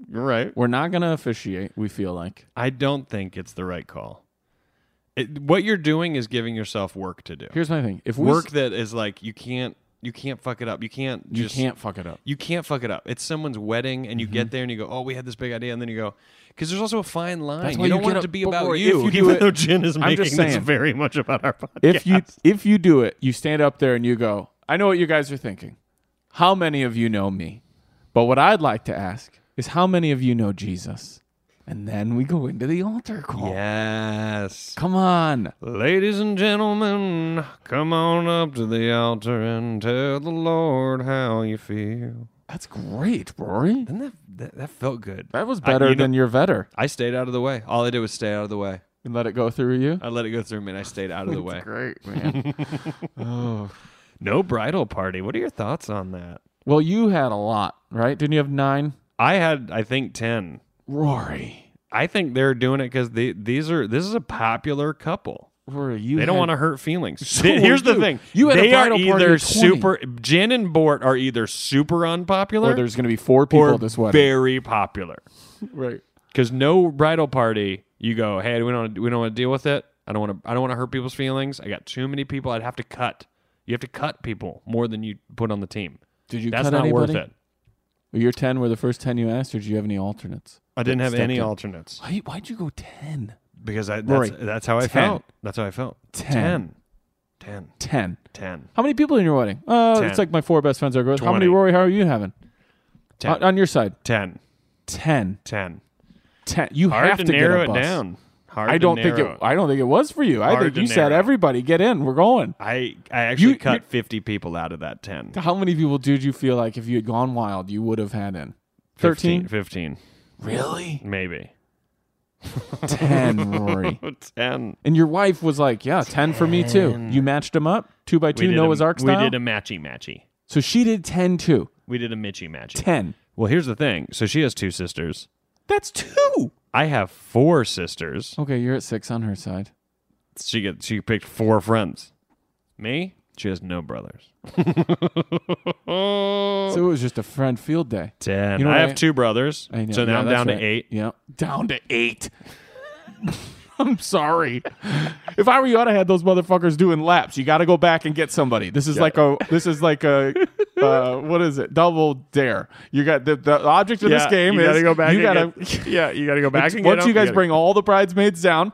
B: You're right.
C: We're not going to officiate, we feel like.
B: I don't think it's the right call. It, what you're doing is giving yourself work to do.
C: Here's my thing. If we
B: work
C: s-
B: that is like you can't you can't fuck it up. You can't
C: you
B: just
C: can't fuck it up.
B: you can't fuck it up. It's someone's wedding, and you get there and you go, "Oh, we had this big idea," and then you go, because there's also a fine line.
C: That's
B: you
C: why you
B: don't want
C: get
B: it
C: up
B: to be
C: before
B: about
C: you.
B: you.
C: If you
B: even
C: do it-
B: though Jen is
C: I'm
B: making
C: just
B: this
C: saying.
B: very much about our podcast.
C: If you if you do it, you stand up there and you go, I know what you guys are thinking. How many of you know me? But what I'd like to ask is how many of you know Jesus? And then we go into the altar call.
B: yes,
C: Come on.
B: ladies and gentlemen, come on up to the altar and tell the Lord how you feel.
C: That's great, Rory.
B: Isn't that that, that felt good?
C: That was
B: I-
C: better
B: you know-
C: than your vetter.
B: I stayed out of the way. All I did was stay out of the way.
C: And let it go through you.
B: I let it go through me and I stayed out of the way.
C: Great, man.
B: No bridal party. What are your thoughts on that?
C: well, you had a lot, right? Didn't you have nine?
B: I had, I think, 10.
C: Rory.
B: I think they're doing it because the, these are, this is a popular couple.
C: Rory, you
B: They don't
C: had-
B: want to hurt feelings.
C: So
B: Th-
C: were
B: Here's the
C: you.
B: thing.
C: You had a
B: they are
C: bridal party
B: either
C: of 20.
B: super, Jen and Bort are either super unpopular
C: or there's gonna be four people
B: or
C: at this wedding.
B: very popular.
C: Right.
B: Because no bridal party, you go, hey, we don't, we don't want to deal with it. I don't want to, I don't want to hurt people's feelings. I got too many people. I'd have to cut. You have to cut people more than you put on the team.
C: Did you
B: That's
C: cut
B: not
C: anybody?
B: worth it.
C: Your ten were the first ten you asked, or did you have any alternates?
B: I didn't have
C: Stepped
B: any
C: in.
B: alternates
C: Why, why'd you go ten?
B: because I, that's,
C: Rory,
B: that's how I
C: 10.
B: felt. That's how I felt.
C: 10.
B: 10. 10.
C: Ten.
B: 10.
C: How many people in your wedding? Uh,
B: Ten.
C: it's like my four best friends are going. How many,
B: 20.
C: Rory? How are you having?
B: 10.
C: On, on your side,
B: 10.
C: ten.
B: 10.
C: Ten. You
B: Hard
C: have
B: to,
C: to,
B: narrow
C: get a
B: it
C: bus.
B: down. Hard
C: I
B: to
C: don't think
B: narrow
C: it. I don't think it was for you. I
B: Hard
C: think
B: to
C: you said
B: narrow.
C: everybody get in. We're going.
B: I, I actually
C: You-
B: cut
C: you-
B: 50 people out of that 10.
C: How many people did you feel like if you had gone wild, you would have had in?
B: 15,
C: Thirteen.
B: 15
C: Really?
B: maybe.
C: Ten, Rory.
B: 10.
C: And your wife was like, "Yeah, ten for me too." You matched them up two by two
B: did
C: Noah's
B: a,
C: Ark style.
B: We did a matchy matchy.
C: so she did ten too.
B: We did a Mitchy matchy.
C: Ten.
B: Well, here's the thing. So she has two sisters.
C: That's two.
B: I have four sisters.
C: Okay, you're at six on her side.
B: She get she picked four friends. Me, she has no brothers.
C: So it was just a friend field day.
B: Ten.
C: You know
B: I
C: what
B: have
C: I-
B: two brothers.
C: I know.
B: So now
C: Yeah,
B: I'm
C: that's
B: down
C: right.
B: to eight.
C: Yeah. Down to eight. I'm sorry. If I were you, I'd have had those motherfuckers doing laps. You got to go back and get somebody. This is like a. This is like a. Uh, what is it? Double dare. You got the, the object of this game is you gotta.
B: yeah, you gotta go back and
C: once you guys bring all the bridesmaids down,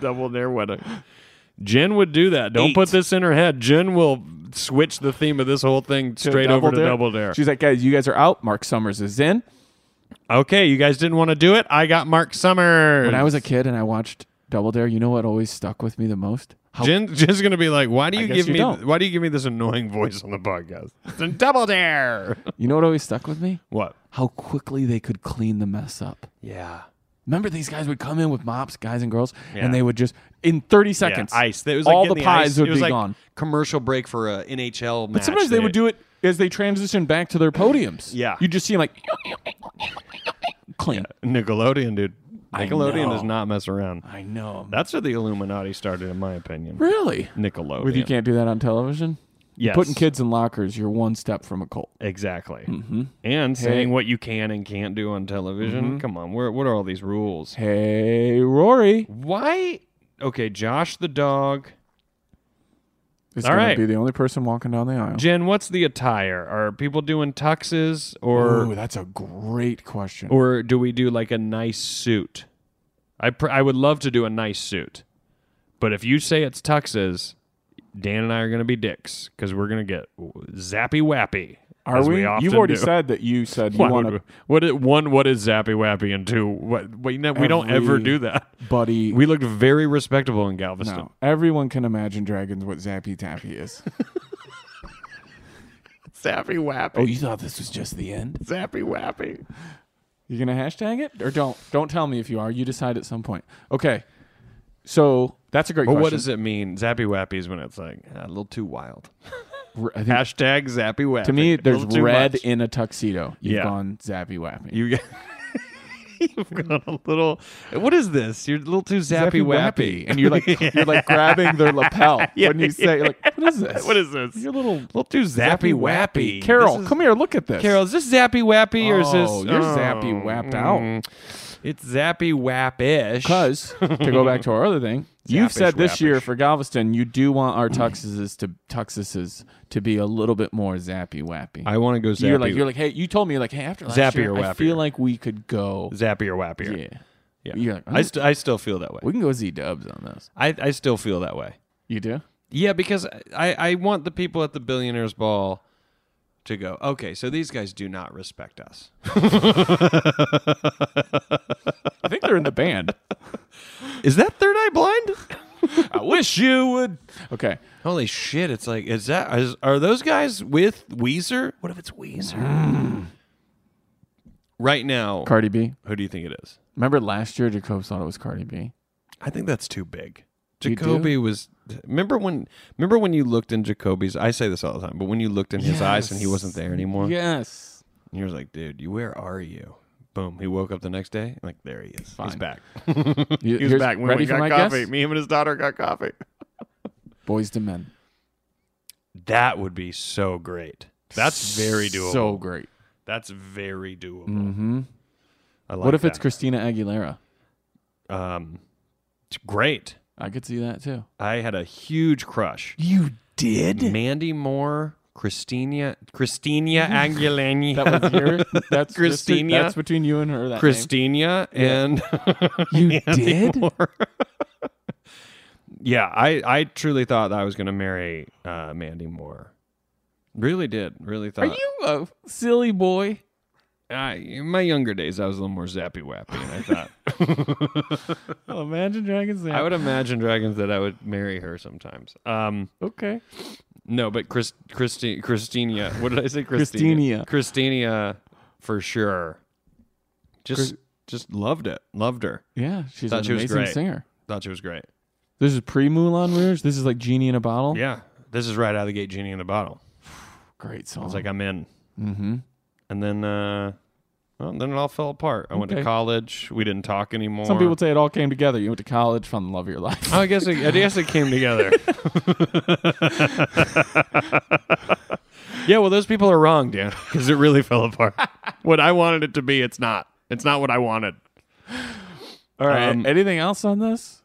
B: double their wedding. Jen would do that. Don't put
C: Eight.
B: this in her head. Jen will switch the theme of this whole thing
C: to
B: straight over to double dare.
C: She's like, guys, you guys are out. Mark Summers is in.
B: okay, you guys didn't want to do it. I got Mark Summers.
C: When I was a kid and I watched Double Dare, you know what always stuck with me the most? How
B: Jen, Jen's gonna be like, why do you
C: guess
B: give
C: you
B: me?
C: don't.
B: Why do you give me this annoying voice on the podcast? It's a double dare.
C: you know what always stuck with me?
B: What?
C: How quickly they could clean the mess up.
B: Yeah.
C: Remember, these guys would come in with mops, guys and girls,
B: Yeah.
C: and they would just in thirty seconds,
B: ice. It was like
C: all
B: getting
C: the pies
B: ice.
C: would
B: it was
C: be
B: like
C: gone.
B: Commercial break for a NHL match.
C: But sometimes they would do it as they transitioned back to their podiums.
B: Yeah.
C: you just see them like clean.
B: Nickelodeon, dude. Nickelodeon
C: know.
B: does not mess around.
C: I know.
B: That's where the Illuminati started, in my opinion.
C: really?
B: Nickelodeon.
C: With you can't do that on television?
B: Yes.
C: Putting kids in lockers, you're one step from a cult.
B: Exactly.
C: Mm-hmm.
B: And saying what you can and can't do on television. Come on, where, what are all these rules?
C: Hey, Rory.
B: Why? Okay, Josh the dog.
C: Is
B: All
C: gonna
B: right.
C: be the only person walking down the aisle.
B: Jen, what's the attire? Are people doing tuxes or
C: Ooh, that's a great question.
B: or do we do like a nice suit? I pr- I would love to do a nice suit, but if you say it's tuxes, Dan and I are going to be dicks because we're going to get zappy wappy.
C: Are
B: as
C: we?
B: often
C: You've already
B: do.
C: said that you said you
B: Why
C: want
B: would
C: to
B: we- what is, one what is zappy wappy and two what, what you know, we don't
C: Every-
B: ever do that.
C: buddy.
B: We looked very respectable in Galveston.
C: no. Everyone can imagine dragons what Zappy Tappy is.
B: Zappy wappy.
C: oh, you thought this was just the end?
B: zappy wappy.
C: You gonna hashtag it or don't? Don't tell me if you are. You decide at some point. Okay. So that's a great
B: But
C: question.
B: what does it mean? Zappy wappy is when it's like ah, a little too wild.
C: R- I think
B: Hashtag zappy wappy.
C: to me,
B: A
C: there's
B: little too
C: red
B: much.
C: in a tuxedo. You've
B: Yeah.
C: gone Zappy Wappy.
B: You get. You've got a little. What is this? You're a little too zappy, wappy,
C: and you're like you're like grabbing their lapel when you say you're like what is this?
B: What is this?
C: You're a little
B: little too zappy, wappy.
C: Carol,
B: This is-
C: come here, look at this.
B: Carol, is this zappy wappy or is this?
C: Oh, you're zappy wapped out.
B: Mm. It's zappy wappish.
C: Because to go back to our other thing, you've
B: Zappish,
C: said this year
B: wappish.
C: for Galveston, you do want our tuxes to tuxes to be a little bit more zappy wappy.
B: I want to go zappy.
C: you're like you're like hey, you told me like hey after last
B: Zappy
C: year,
B: or
C: I feel
B: wappier?
C: like we could go
B: zappy or wappier.
C: yeah
B: Yeah.
C: You're like,
B: I, st- I still feel that way.
C: we can go Z Dubs on this.
B: I, I still feel that way.
C: You do?
B: Yeah, because I, I want the people at the billionaires ball to go, okay, so these guys do not respect us.
C: I think they're in the band.
B: Is that third eye blind?
C: I wish you would. Okay.
B: Holy shit, it's like is that is, are those guys with Weezer? What if it's Weezer? Mm. Right now,
C: Cardi B.
B: who do you think it is?
C: Remember last year, Jacob thought it was Cardi B.
B: I think that's too big.
C: You do?
B: Jacoby was remember when remember when you looked in Jacoby's I say this all the time, but when you looked in his eyes and he wasn't there anymore.
C: Yes.
B: And you was like, dude, you where are you? Boom. He woke up the next day. Like, there he is. He's back.
C: He
B: He was back when
C: ready
B: we
C: for
B: got
C: my
B: coffee.
C: guess?
B: Me, him, and his daughter got coffee.
C: Boys to Men.
B: That would be so great. That's very doable.
C: So great.
B: That's very doable. Mm-hmm. I like
C: what if it's
B: that.
C: Christina Aguilera?
B: um, it's great?
C: I could see that too.
B: I had a huge crush.
C: You did?
B: Mandy Moore, Christina, Christina Aguilera,
C: That was your. That's
B: Christina.
C: That's between you and her. That
B: Christina, and
C: name. You did?
B: yeah, I I truly thought that I was going to marry uh, Mandy Moore. Really did. Really thought.
C: Are you a silly boy?
B: I, in my younger days, I was a little more zappy wappy, and I thought
C: Oh, Imagine Dragons.
B: I would imagine dragons that I would marry her sometimes. Um,
C: Okay.
B: no, but Chris, Christi, Christina, what did I say? Christina,
C: Christina.
B: Christina, for sure. Just,
C: Chris-
B: just loved it. Loved her.
C: Yeah, she's
B: Thought
C: an
B: she was
C: amazing
B: great.
C: singer.
B: Thought she was great.
C: This is pre Moulin Rouge. This is like Genie in a Bottle.
B: Yeah, this is right out of the gate. Genie in the bottle.
C: Great song.
B: It's like I'm in. Mm-hmm. And then, uh, well, then it all fell apart. I went to
C: Okay.
B: college. We didn't talk anymore.
C: Some people say it all came together. You went to college, found the love of your life.
B: Oh, I guess it, I guess it came together. yeah, well, those people are wrong, Dan, because it really fell apart. what I wanted it to be, it's not. It's not what I wanted.
C: All right.
B: Um,
C: anything else on this?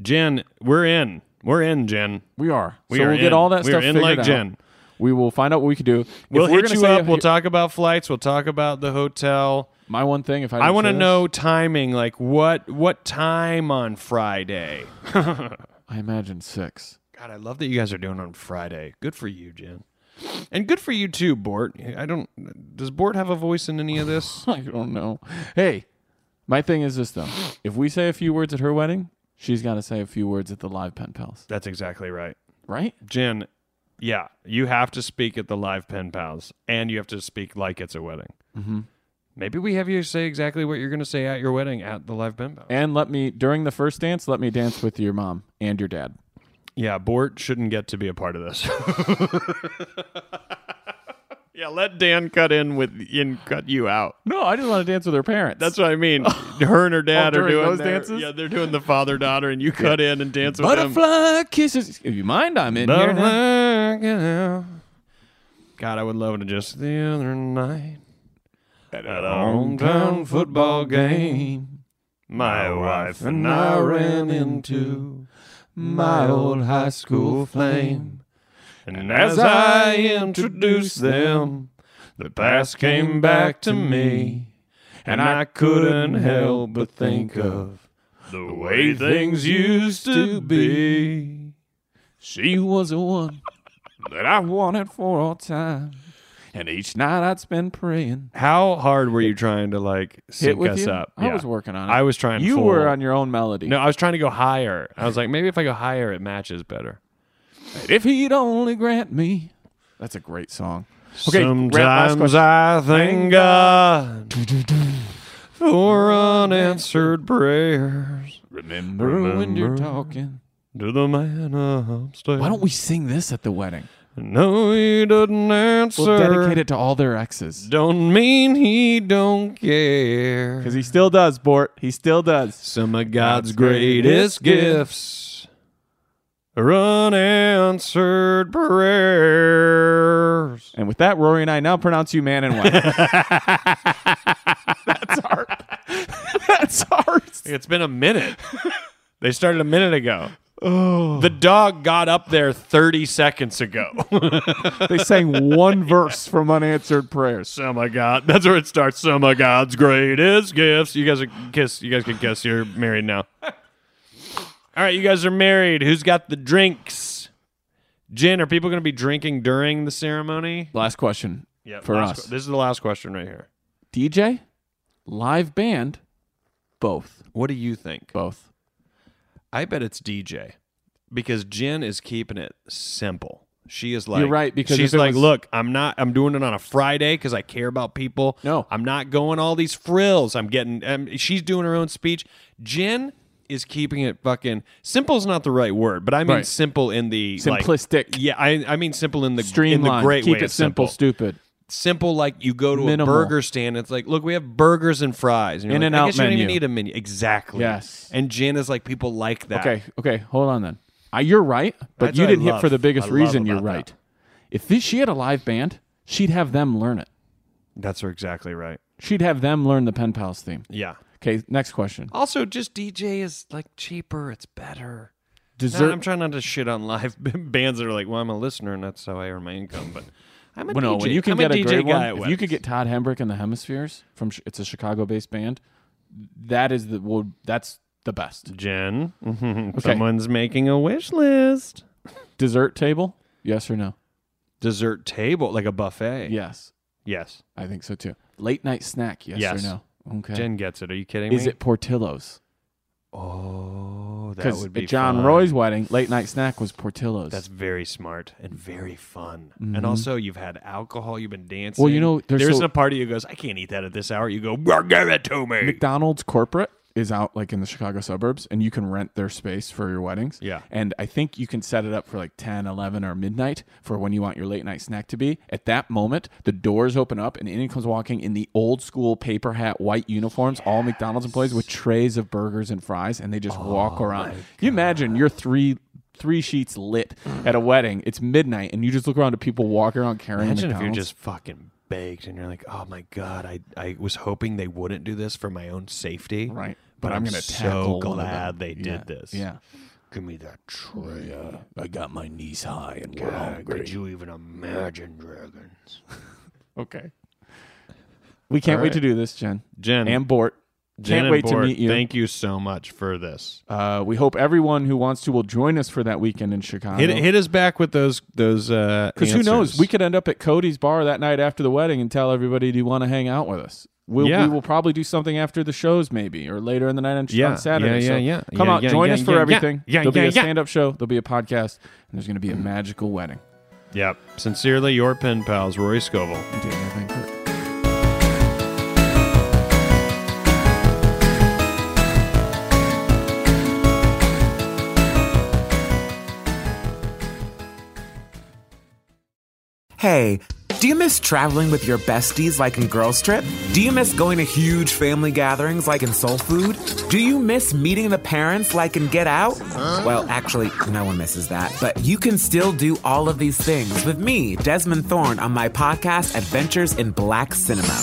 B: Jen, we're in. We're in, Jen.
C: We are.
B: We
C: so
B: are
C: we'll
B: in.
C: get all that
B: We are
C: stuff
B: in
C: figured
B: like
C: out.
B: Jen.
C: We will find out what we can do. If
B: We'll
C: we're
B: hit
C: gonna
B: you
C: say-
B: up. We'll talk about flights. We'll talk about the hotel.
C: My one thing, if I
B: I
C: didn't
B: want
C: say
B: to
C: this-
B: know timing. Like what what time on Friday?
C: I imagine six.
B: God, I love that you guys are doing it on Friday. Good for you, Jen. And good for you too, Bort. I don't. Does Bort have a voice in any of this?
C: I don't know. Hey, my thing is this though: if we say a few words at her wedding, she's got to say a few words at the live pen pals,
B: That's exactly right.
C: right?
B: Jen, yeah, you have to speak at the live pen pals and you have to speak like it's a wedding. Mm-hmm. Maybe we have you say exactly what you're going to say at your wedding at the live pen pals.
C: And let me during the first dance, let me dance with your mom and your dad.
B: Yeah, Bort shouldn't get to be a part of this. Yeah, let Dan cut in with and cut you out.
C: No, I just want to dance with her parents.
B: That's what I mean. Her and her dad
C: Oh,
B: are
C: during
B: doing
C: those
B: their-
C: dances?
B: Yeah, they're doing the father daughter, and you cut in and dance with them.
C: butterfly kisses. If you mind, I'm in here now.
B: God, I would love to just the other night at a hometown football game. My wife and I ran into my old high school flame. And as I introduced them, the past came back to me. And I couldn't help but think of the way things used to be.
C: She was the one that I wanted for all time. And each night I'd spend praying.
B: How hard were you trying to like
C: Hit
B: sync
C: with
B: us
C: you?
B: up?
C: I
B: Yeah.
C: was working on it.
B: I was trying.
C: You
B: full-
C: were on your own melody.
B: No, I was trying to go higher. I was like, maybe if I go higher, it matches better.
C: If he'd only grant me. That's a great song. Okay, Grant, last
B: Sometimes I
C: question.
B: thank God for unanswered prayers
C: Remember, when you're talking.
B: to the man upstairs.
C: Why don't we sing this at the wedding?
B: No, he doesn't answer.
C: We'll dedicate it to all their exes.
B: Don't mean he don't care.
C: Because he still does, Bort. He still does.
B: Some of God's greatest gifts are unanswered prayers.
C: And with that, Rory and I now pronounce you man and wife. That's our. That's ours.
B: It's been a minute. they started a minute ago. Oh. The dog got up there 30 seconds ago.
C: They sang one verse from Unanswered Prayers.
B: Some of God. That's where it starts. Some of God's greatest gifts. You guys are kiss. You guys can kiss. You're married now. All right, you guys are married. Who's got the drinks? Jen, are people going to be drinking during the ceremony?
C: Last question for
B: last
C: us.
B: que- this is the last question right here.
C: DJ, live band, both.
B: What do you think?
C: Both.
B: I bet it's DJ because Jen is keeping it simple. She is like,
C: You're right, because
B: she's
C: if it
B: like,
C: was-
B: look, I'm not, I'm doing it on a Friday because I care about people.
C: No.
B: I'm not going all these frills. I'm getting, um, she's doing her own speech. Jen is keeping it fucking simple is not the right word, but I mean
C: Right.
B: simple in the like-
C: Simplistic.
B: yeah, I, I mean simple in the in
C: Streamline.
B: the great
C: Keep
B: way
C: it
B: of
C: simple, stupid.
B: simple like you go to
C: Minimal.
B: a burger stand it's like look we have burgers and fries and you're like,
C: In-N-Out
B: I guess you don't even
C: menu.
B: need a menu exactly
C: Yes.
B: and Jen is like people like that
C: Okay, okay, hold on then. Uh, you're right, but
B: Ah. That's
C: you
B: what I
C: didn't hit for
B: love.
C: the biggest
B: I love
C: reason. You're
B: about that.
C: right. If this, she had a live band, she'd have them learn it.
B: that's exactly right
C: She'd have them learn the pen pals theme.
B: yeah
C: Okay, next question.
B: also just DJ is like cheaper it's better Nah,
C: Dessert.
B: I'm trying not to shit on live bands that are like well I'm a listener and that's how I earn my income but I'm a
C: Well, no,
B: DJ
C: when you can
B: I'm
C: get
B: a
C: a,
B: DJ
C: great
B: guy
C: one,
B: at
C: if you
B: weddings.
C: could get Todd Hembrick and the Hemispheres from Ch- it's a Chicago-based band, that is the well, that's the best
B: Jen Mm-hmm. someone's making a wish list
C: dessert table. Yes or no?
B: dessert table like a buffet
C: Yes,
B: yes
C: I think so too. Late night snack. Yes,
B: Yes.
C: or no? Okay.
B: Jen gets it are you kidding
C: is
B: me
C: it Portillo's?
B: oh that
C: Because
B: would be
C: at John
B: fun.
C: Roy's wedding, late night snack was Portillo's.
B: That's very smart and very fun. And also, you've had alcohol, you've been dancing.
C: Mm-hmm. Well, you know, there's
B: there
C: so-
B: isn't a party who goes, I can't eat that at this hour. You go, "Well, give it to me.
C: McDonald's corporate is out like in the Chicago suburbs and you can rent their space for your weddings.
B: Yeah.
C: And I think you can set it up for like 10, 11 or midnight for when you want your late night snack to be. At that moment, the doors open up and in comes walking in the old school paper hat white uniforms, all McDonald's employees with trays of burgers and fries and they just
B: Oh
C: walk around. You imagine you're three three sheets lit at a wedding. It's midnight and you just look around to people walking around carrying
B: Imagine if you're
C: McDonald's.
B: just fucking baked and you're like, oh my God, I, I was hoping they wouldn't do this for my own safety.
C: Right.
B: But, I'm,
C: gonna
B: so
C: tackle one of
B: glad
C: them.
B: they
C: Yeah.
B: did this.
C: Yeah.
B: Give me that tray.
C: I got my knees high and we're
B: Could you even imagine dragons?
C: Okay. We can't wait to do this, Jen.
B: Jen.
C: and Bort.
B: Jen
C: can't
B: and
C: wait
B: Bort,
C: to meet you.
B: Thank you so much for this.
C: Uh, we hope everyone who wants to will join us for that weekend in Chicago.
B: Hit, hit us back with those those uh
C: Because who knows?
B: answers.
C: We could end up at Cody's bar that night after the wedding and tell everybody, do you want to hang out with us? We'll,
B: Yeah.
C: We will probably do something after the shows, maybe, or later in the night on,
B: Yeah,
C: on Saturday.
B: yeah, yeah,
C: So
B: yeah.
C: Come
B: Yeah,
C: out,
B: yeah,
C: join
B: yeah,
C: us for
B: yeah,
C: everything.
B: yeah, yeah,
C: there'll be
B: yeah,
C: a
B: yeah.
C: stand up show, there'll be a podcast, and there's going to be a magical wedding.
B: Yep. Sincerely, your pen pals, Rory Scovel.
C: And Dana Van Kirk.
D: Hey, Do you miss traveling with your besties like in Girls Trip? Do you miss going to huge family gatherings like in Soul Food? Do you miss meeting the parents like in Get Out? Well, actually, no one misses that. But you can still do all of these things with me, Desmond Thorne, on my podcast, Adventures in Black Cinema.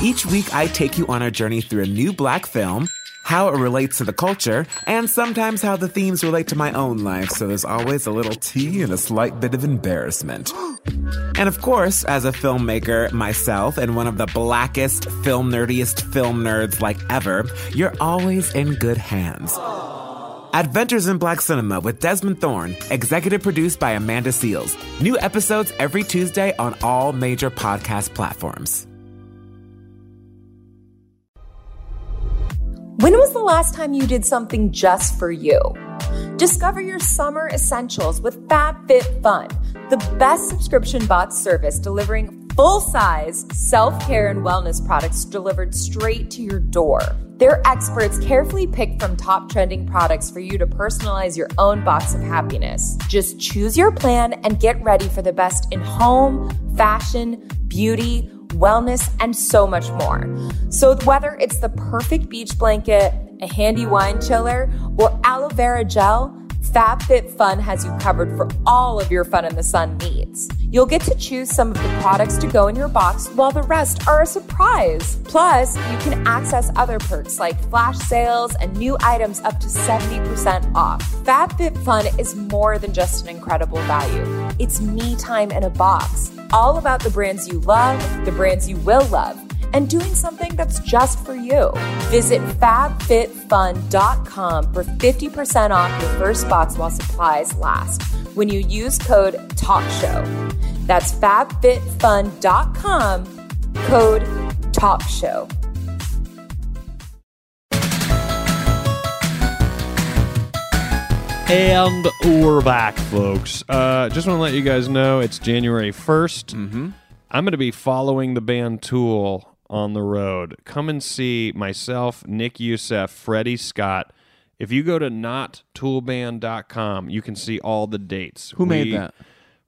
D: Each week, I take you on a journey through a new black film how it relates to the culture, and sometimes how the themes relate to my own life, so there's always a little tea and a slight bit of embarrassment. And of course, as a filmmaker myself and one of the blackest, film nerdiest film nerds like ever, you're always in good hands. Adventures in Black Cinema with Desmond Thorne, executive produced by Amanda Seals. New episodes every Tuesday on all major podcast platforms.
E: When was the last time you did something just for you? Discover your summer essentials with FabFitFun, the best subscription box service delivering full size self care and wellness products delivered straight to your door. Their experts carefully pick from top trending products for you to personalize your own box of happiness. Just choose your plan and get ready for the best in home, fashion, beauty, wellness, and so much more. So, whether it's the perfect beach blanket, a handy wine chiller, or aloe vera gel, FabFitFun has you covered for all of your fun in the sun needs. You'll get to choose some of the products to go in your box while the rest are a surprise. Plus, you can access other perks like flash sales and new items up to 70% off. FabFitFun is more than just an incredible value. It's me time in a box, all about the brands you love, the brands you will love and doing something that's just for you. Visit fabfitfun.com for 50% off your first box while supplies last when you use code TALKSHOW. That's fabfitfun.com, code TALKSHOW.
B: And we're back, folks. Uh, just want to let you guys know it's January 1st. Mm-hmm. I'm going to be following the band Tool on the road. Come and see myself, Nick Youssef, Freddie Scott. If you go to nottoolband.com, you can see all the dates.
C: Who made
B: We-
C: that?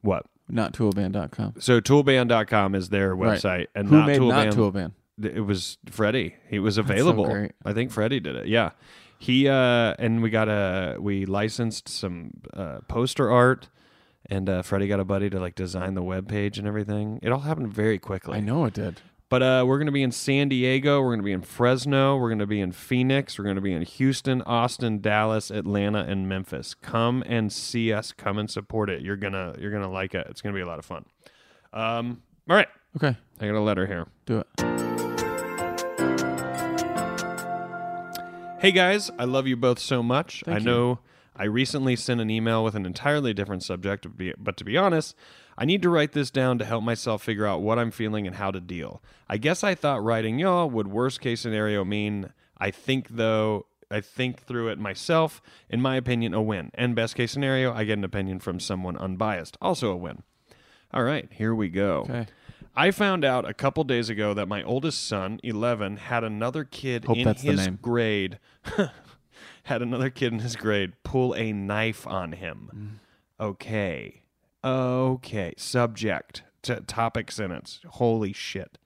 B: What?
C: Not toolband.com.
B: So toolband.com is their
C: Right.
B: website. And
C: Who
B: not
C: made
B: Tool
C: not
B: Band-
C: Tool Band?
B: th- it was Freddie. He was available.
C: great.
B: I think Freddie did it. Yeah. He uh and we got a we licensed some uh poster art and uh Freddie got a buddy to like design the web page and everything. It all happened very quickly.
C: I know it did.
B: But uh we're going to be in San Diego, we're going to be in Fresno, we're going to be in Phoenix, we're going to be in Houston, Austin, Dallas, Atlanta and Memphis. Come and see us, come and support it. You're going to you're going to like it. It's going to be a lot of fun. Um all right.
C: Okay,
B: I got a letter here.
C: do it.
B: Hey guys, I love you both so much. I
C: you.
B: know I recently sent an email with an entirely different subject, but to be honest, I need to write this down to help myself figure out what I'm feeling and how to deal. I guess I thought writing y'all would worst case scenario mean I think though I think through it myself, in my opinion a win. And best case scenario, I get an opinion from someone unbiased, also a win. All right, here we go.
C: Okay.
B: I found out a couple days ago that my oldest son, 11, had another kid
C: Hope
B: in
C: that's the
B: his
C: name.
B: grade. had another kid in his grade pull a knife on him.
C: Mm.
B: Okay. Okay. Subject to topic sentence. Holy shit.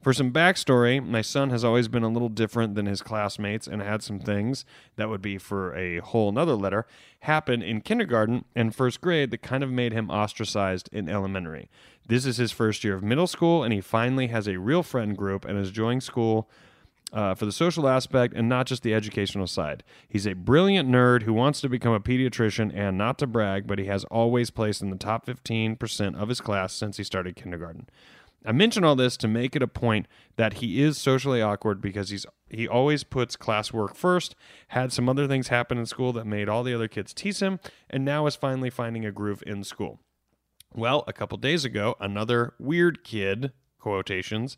B: For some backstory, my son has always been a little different than his classmates and had some things that would be for a whole nother letter happen in kindergarten and first grade that kind of made him ostracized in elementary. This is his first year of middle school, and he finally has a real friend group and is joining school uh, for the social aspect and not just the educational side. He's a brilliant nerd who wants to become a pediatrician, and not to brag, but he has always placed in the top 15% of his class since he started kindergarten. I mention all this to make it a point that he is socially awkward because he's he always puts classwork first, had some other things happen in school that made all the other kids tease him, and now is finally finding a groove in school. Well, a couple days ago, another weird kid, quotations,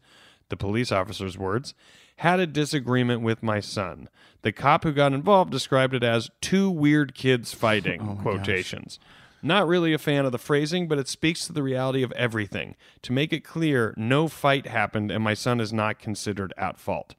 B: the police officer's words, had a disagreement with my son. The cop who got involved described it as two weird kids fighting, quotations. Not really a fan of the phrasing, but it speaks to the reality of everything. To make it clear, no fight happened and my son is not considered at fault.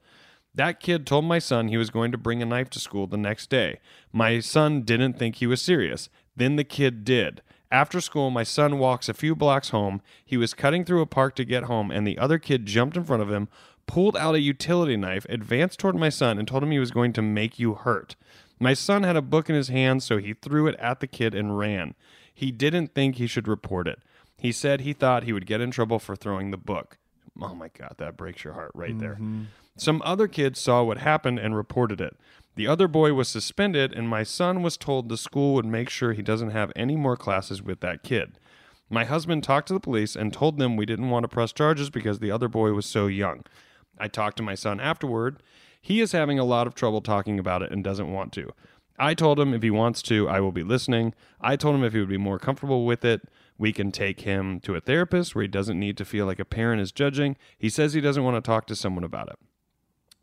B: That kid told my son he was going to bring a knife to school the next day. My son didn't think he was serious. Then the kid did. After school, my son walks a few blocks home. He was cutting through a park to get home, and the other kid jumped in front of him, pulled out a utility knife, advanced toward my son, and told him he was going to make you hurt. My son had a book in his hand, so he threw it at the kid and ran. He didn't think he should report it. He said he thought he would get in trouble for throwing the book. Oh my God, that breaks your heart right there. Some other kids saw what happened and reported it. The other boy was suspended, and my son was told the school would make sure he doesn't have any more classes with that kid. My husband talked to the police and told them we didn't want to press charges because the other boy was so young. I talked to my son afterward. He is having a lot of trouble talking about it and doesn't want to. I told him if he wants to, I will be listening. I told him if he would be more comfortable with it, we can take him to a therapist where he doesn't need to feel like a parent is judging. He says he doesn't want to talk to someone about it.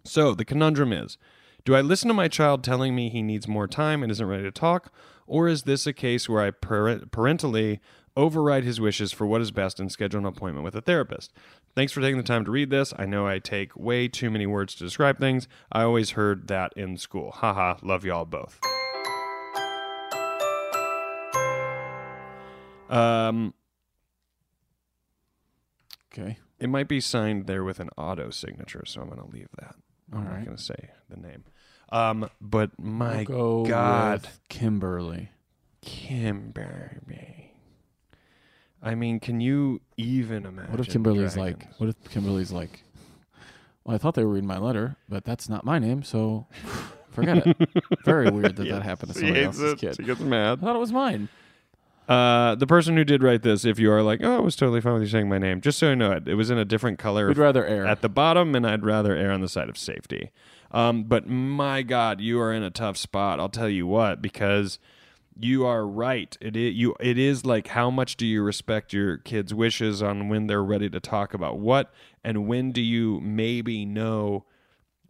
B: So the conundrum is do I listen to my child telling me he needs more time and isn't ready to talk? Or is this a case where I par- parentally override his wishes for what is best and schedule an appointment with a therapist? Thanks for taking the time to read this. I know I take way too many words to describe things. I always heard that in school. Haha, love y'all both. Um,
C: Okay.
B: it might be signed there with an auto signature, so I'm going to leave that. I'm
C: All
B: not
C: right.
B: going to say the name. Um, but my
C: Go
B: God,
C: with Kimberly.
B: Kimberly. I mean, can you even imagine?
C: What if Kimberly's like?
B: dragons?
C: What if Kimberly's like? Well, I thought they were reading my letter, but that's not my name, so forget it. Very weird that that happened to
B: She
C: somebody
B: hates
C: else's
B: it. She
C: kid.
B: gets
C: I
B: mad.
C: thought it was mine.
B: Uh, the person who did write this, if you are like, oh, it was totally fine with you saying my name, just so you know it, it was in a different color
C: We'd rather err.
B: at the bottom, and I'd rather err on the side of safety. Um, but my God, you are in a tough spot. I'll tell you what, because you are right. It is, you. It is like how much do you respect your kids' wishes on when they're ready to talk about what, and when do you maybe know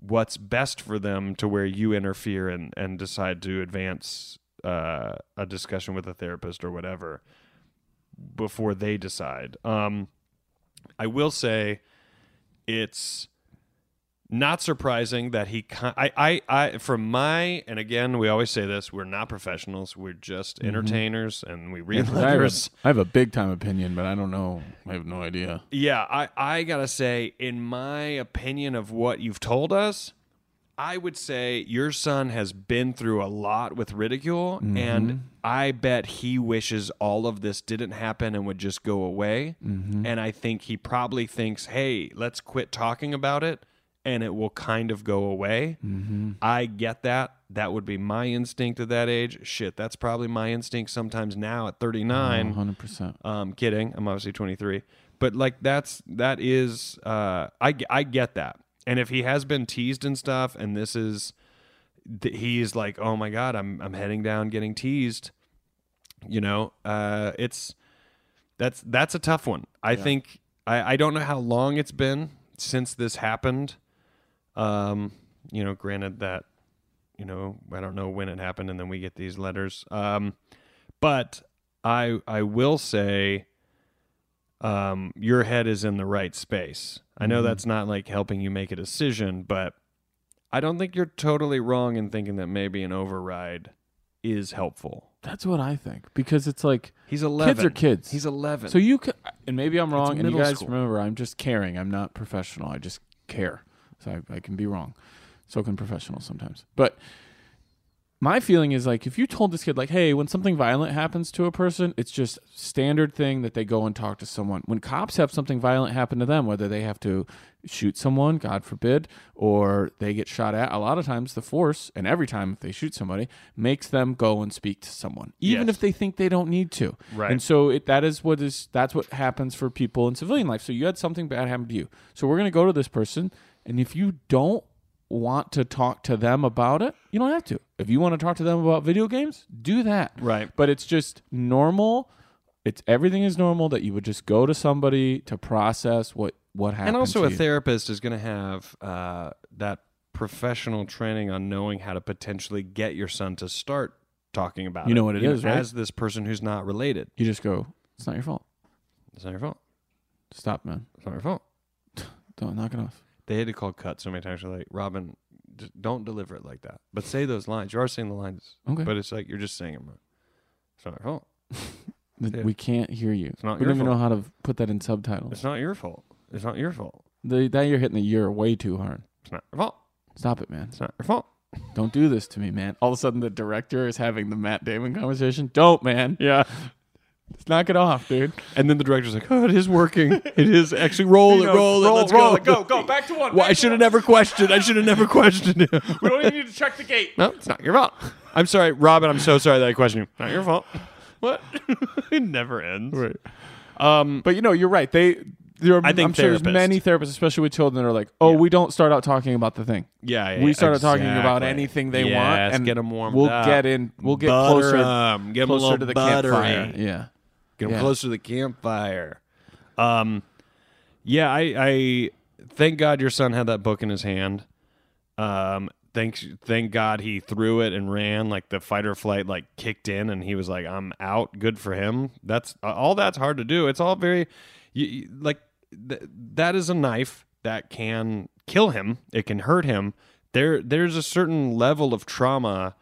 B: what's best for them to where you interfere and, and decide to advance uh, a discussion with a therapist or whatever before they decide. Um, I will say it's not surprising that he con- I, I i from my and again we always say this we're not professionals we're just entertainers and we read
C: I, have a,
B: letters
C: I have a big time opinion, but I don't know. I have no idea.
B: Yeah, I, I gotta say, in my opinion of what you've told us, I would say your son has been through a lot with ridicule, and I bet he wishes all of this didn't happen and would just go away. And I think he probably thinks, hey, let's quit talking about it and it will kind of go away. I get that. That would be my instinct at that age. Shit, that's probably my instinct sometimes now at 39.
C: Hundred percent.
B: Um, kidding. I'm obviously 23, but like that's that is uh, I g- I get that. And if he has been teased and stuff, and this is th- he's like, oh my god, I'm I'm heading down getting teased. You know, uh, it's that's that's a tough one. I think I I don't know how long it's been since this happened. Um, you know, granted that you know I don't know when it happened, and then we get these letters. Um, but I I will say um your head is in the right space. I
C: Mm-hmm.
B: know that's not like helping you make a decision, but I don't think you're totally wrong in thinking that maybe an override is helpful.
C: That's what I think because it's like
B: He's 11.
C: Kids are kids.
B: He's 11.
C: So you could, and maybe I'm wrong. And you
B: middle
C: guys
B: school.
C: remember, I'm just caring. I'm not professional. I just care. So I, I can be wrong. So can professionals sometimes. But my feeling is like if you told this kid like, hey, when something violent happens to a person, it's just standard thing that they go and talk to someone. When cops have something violent happen to them, whether they have to shoot someone, God forbid, or they get shot at, a lot of times the force, and every time if they shoot somebody, makes them go and speak to someone, even
B: Yes.
C: if they think they don't need to.
B: Right.
C: And so it, that is what is that's what happens for people in civilian life. So you had something bad happen to you. So we're gonna go to this person, and if you don't want to talk to them about it, you don't have to. If you want to talk to them about video games, do that.
B: Right.
C: But it's just normal. It's everything is normal that you would just go to somebody to process what what happened.
B: and also
C: to
B: a
C: you.
B: therapist is going to have uh, that professional training on knowing how to potentially get your son to start talking about
C: You
B: it.
C: know what it is, right?
B: As this person who's not related.
C: You just go. It's not your fault.
B: It's not your fault.
C: Stop, man.
B: It's not your fault.
C: Don't knock it off.
B: They had to call cut so many times. They're like, Robin, d- don't deliver it like that. But say those lines. You are saying the lines.
C: Okay.
B: But it's like you're just saying them. It's not our fault.
C: Th- We can't hear you.
B: not
C: we
B: your
C: don't even know
B: fault.
C: how to put that in subtitles.
B: It's not your fault. It's not your fault.
C: The, that you're hitting the year way too hard.
B: It's not your fault.
C: Stop it, man.
B: It's not your fault.
C: Don't do this to me, man. All of a sudden, the director is having the Matt Damon conversation. Don't, man. Yeah. Just knock it off, dude.
B: And then the director's like, "Oh, it is working. It is actually roll it, roll it. Let's go,
C: Go, go. Back to one.
B: Well, I should have never questioned. I should have never questioned it.
C: We don't even need to check the gate.
B: no, it's not your fault. I'm sorry, Robin. I'm so sorry that I questioned you. Not your fault. What? it never ends. Right.
C: But you know, you're right. They, there are,
B: I
C: I
B: think
C: think I'm sure there's
B: therapists.
C: many therapists, especially with children, that are like, "Oh, we don't start out talking about the thing.
B: Yeah, yeah,
C: we
B: yeah,
C: start out talking
B: exactly.
C: about anything they
B: Yes,
C: want, and
B: get 'em warmed
C: We'll
B: up.
C: get in. We'll get
B: Butter
C: closer.
B: 'em. Get 'em a
C: closer
B: little
C: to the
B: buttery.
C: campfire. Yeah.
B: Get 'em
C: Yeah.
B: closer to the campfire. Um, yeah, I, I thank God your son had that book in his hand. Um, thanks, thank God he threw it and ran like the fight or flight like kicked in and he was like, I'm out. Good for him. That's all that's hard to do. It's all very, you, you- like th- that is a knife that can kill him. It can hurt him. There, there's a certain level of trauma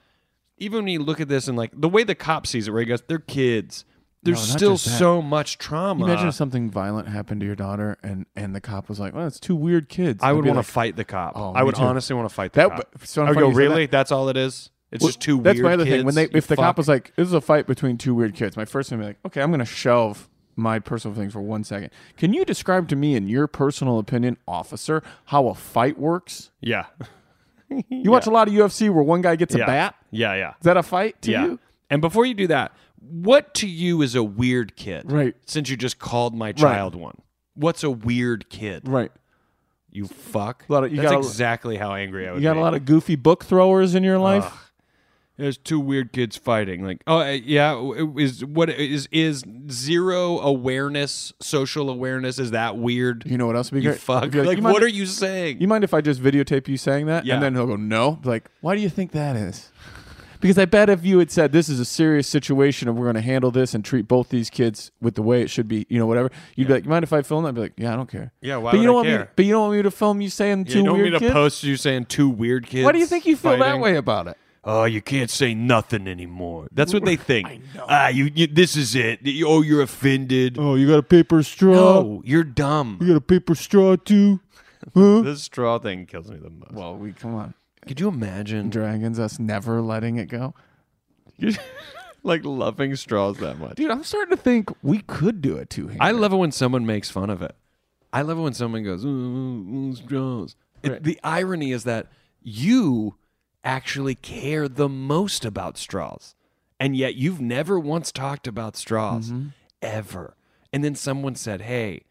B: even when you look at this and like the way the cop sees it, where he goes, "They're kids." There's
C: No, not
B: still
C: just that.
B: so much trauma.
C: Imagine if something violent happened to your daughter, and and the cop was like, "Well, it's two weird kids."
B: I
C: I'd
B: would
C: be
B: want to
C: like,
B: fight the cop.
C: Oh,
B: I
C: me
B: would
C: too.
B: honestly want to fight the
C: That-
B: cop.
C: but- so
B: I would
C: funny
B: go,
C: you say
B: really? That's all it is. It's
C: Well,
B: just two.
C: That's
B: weird
C: my other
B: kids?
C: thing. When they,
B: You
C: if the cop
B: fuck."
C: was like, "This is a fight between two weird kids," my first thing would be like, "Okay, I'm going to shelve my personal things for one second. Can you describe to me, in your personal opinion, officer, how a fight works?
B: yeah,
C: You watch a lot of UFC where one guy gets
B: yeah.
C: a bat.
B: yeah, yeah,
C: Is that a fight to
B: yeah.
C: you?
B: And before you do that, what to you is a weird kid?
C: Right.
B: Since you just called my child one, what's a weird kid?
C: Right.
B: You fuck.
C: Lot of- you
B: That's
C: got a-
B: exactly how angry I would.
C: You got
B: be.
C: a lot of goofy book throwers in your life.
B: There's two weird kids fighting. Like, oh uh, yeah, w- is what is is zero awareness, social awareness? Is that weird?
C: You know what else would be
B: You
C: great? I'd
B: fuck.
C: be like,
B: like,
C: you mind
B: what
C: if-
B: are you saying?
C: You mind if I just videotape you saying that?
B: Yeah.
C: And then he'll go, no. Be Like, why do you think that is? Because I bet if you had said this is a serious situation and we're going to handle this and treat both these kids with the way it should be, you know, whatever, you'd be like, you mind if I film that? I'd be like, yeah, I don't care.
B: Yeah, why
C: but you
B: would
C: don't
B: I
C: want Me,
B: care?
C: but you don't want me to film you saying
B: Yeah,
C: two
B: you don't
C: weird
B: mean to
C: kids?
B: post you saying two weird kids.
C: why do you think you feel that
B: fighting?
C: way about it?
B: Oh, you can't say nothing anymore. That's what they think. I know. Ah, you, you. This is it. You- oh, you're offended.
C: Oh, you got a paper straw?
B: no, you're dumb.
C: You got a paper straw too?
B: this straw thing kills me the most.
C: Well, we come on.
B: Could you imagine
C: Dragons, us never letting it go.
B: like loving straws that much?
C: Dude, I'm starting to think we could do it two handed.
B: I love it when someone makes fun of it. I love it when someone goes, ooh, ooh, ooh, Jones. It- the irony is that you actually care the most about straws, and yet you've never once talked about straws ever. And then someone said, "Hey,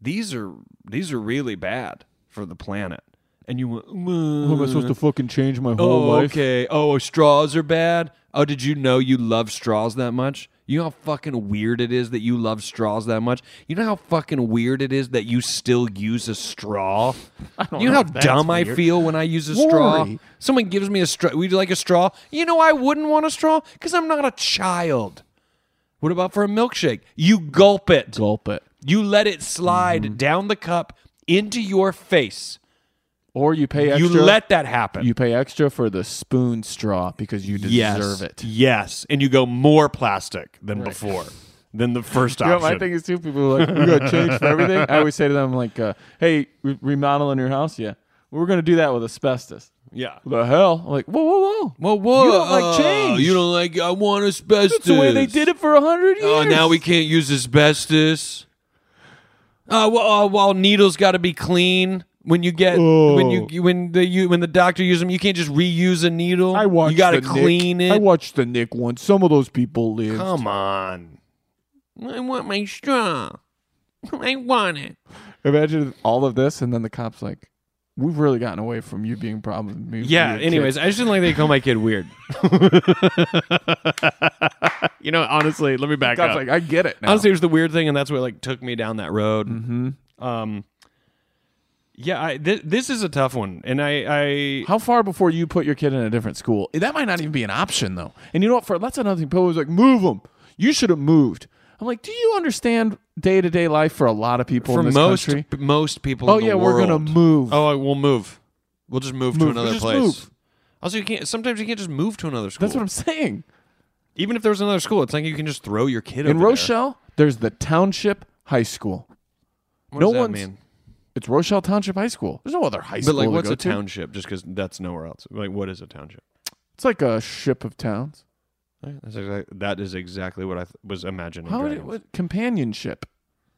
B: these are these are really bad for the planet," and you went,
C: Am I supposed to fucking change my whole
B: Oh,
C: life?
B: okay. Oh, straws are bad. Oh, did you know you love straws that much? You know how fucking weird it is that you love straws that much? You know how fucking weird it is that you still use a straw? you know, how dumb I feel when I use a straw?
C: Lori.
B: Someone gives me a straw. Would you like a straw? You know I wouldn't want a straw because I'm not a child. What about for a milkshake? You gulp it.
C: Gulp Mm-hmm. it.
B: You let it slide down the cup into your face.
C: Or you pay extra.
B: You let that happen.
C: you pay extra for the spoon straw because you deserve it.
B: Yes, and you go more plastic than before, than the first
C: You
B: option.
C: know, my thing is too. People are like, we got change for everything. I always say to them, like, uh, "Hey, re- remodeling your house? Yeah, we're gonna do that with asbestos.
B: yeah.
C: The hell? I'm like, whoa, whoa, whoa,
B: Well, whoa, uh,
C: You don't like change.
B: You don't like. I want asbestos.
C: That's the way they did it for a hundred years.
B: Oh, now we can't use asbestos. Uh, well, uh, well, needles got to be clean when you get when you when the you when the doctor uses them. You can't just reuse a needle.
C: I watched.
B: You got to
C: the
B: clean
C: Nick.
B: it.
C: I watched the Nick once. Some of those people lived.
B: Come on. I want my straw. I want it.
C: Imagine all of this, and then the cops like, "We've really gotten away from you being problems." with me-
B: Yeah.
C: your kids."
B: Anyways, I just didn't like they call my kid weird. you know, honestly, let me back
C: cops
B: up.
C: like, I get it. Now.
B: honestly, it was the weird thing, and that's what like took me down that road. Mm-hmm. Um, yeah, I, th- this is a tough one, and I, I
C: How far before you put your kid in a different school? That might not even be an option though. And you know what? For that's another thing. People was like, move them. You should have moved. I'm like, do you understand day to day life for a lot of people
B: for
C: in this
B: most
C: country?
B: p- most people.
C: Oh
B: in the
C: yeah, we're gonna
B: world-
C: move.
B: Oh, I- we'll move. We'll just move,
C: Move.
B: to another
C: Just
B: place.
C: move.
B: Also, you can't. Sometimes you can't just move to another school.
C: That's what I'm saying.
B: Even if there was another school, it's like you can just throw your kid
C: In
B: over there.
C: Rochelle, there's the Township High School.
B: What
C: no
B: does that
C: one's-
B: mean?
C: It's Rochelle Township High School. There's no other high
B: But
C: school.
B: like,
C: to
B: what's
C: go
B: a
C: to.
B: township? Just because that's nowhere else. Like, what is a township?
C: It's like a ship of towns.
B: Right, That's exactly, that is exactly what I th- was imagining.
C: How would it,
B: dragons.
C: what, companionship?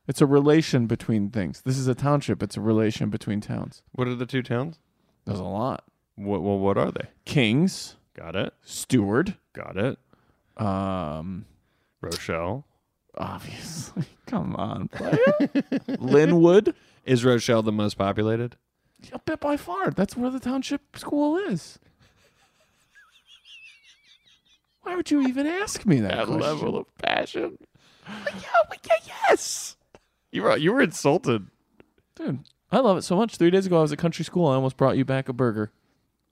C: It's a relation between things. This is a township. It's a relation between towns.
B: what are the two towns?
C: There's a lot.
B: What, well, what are they?
C: Kings,
B: Got it.
C: steward,
B: Got it.
C: um,
B: Rochelle.
C: obviously. Come on, player. Linwood.
B: Is Rochelle the most populated?
C: A bit by far. That's where the township school is. Why would you even ask me that? question?
B: of passion. yes. You were you were insulted.
C: Dude, I love it so much. Three days ago, I was at country school. I almost brought you back a burger.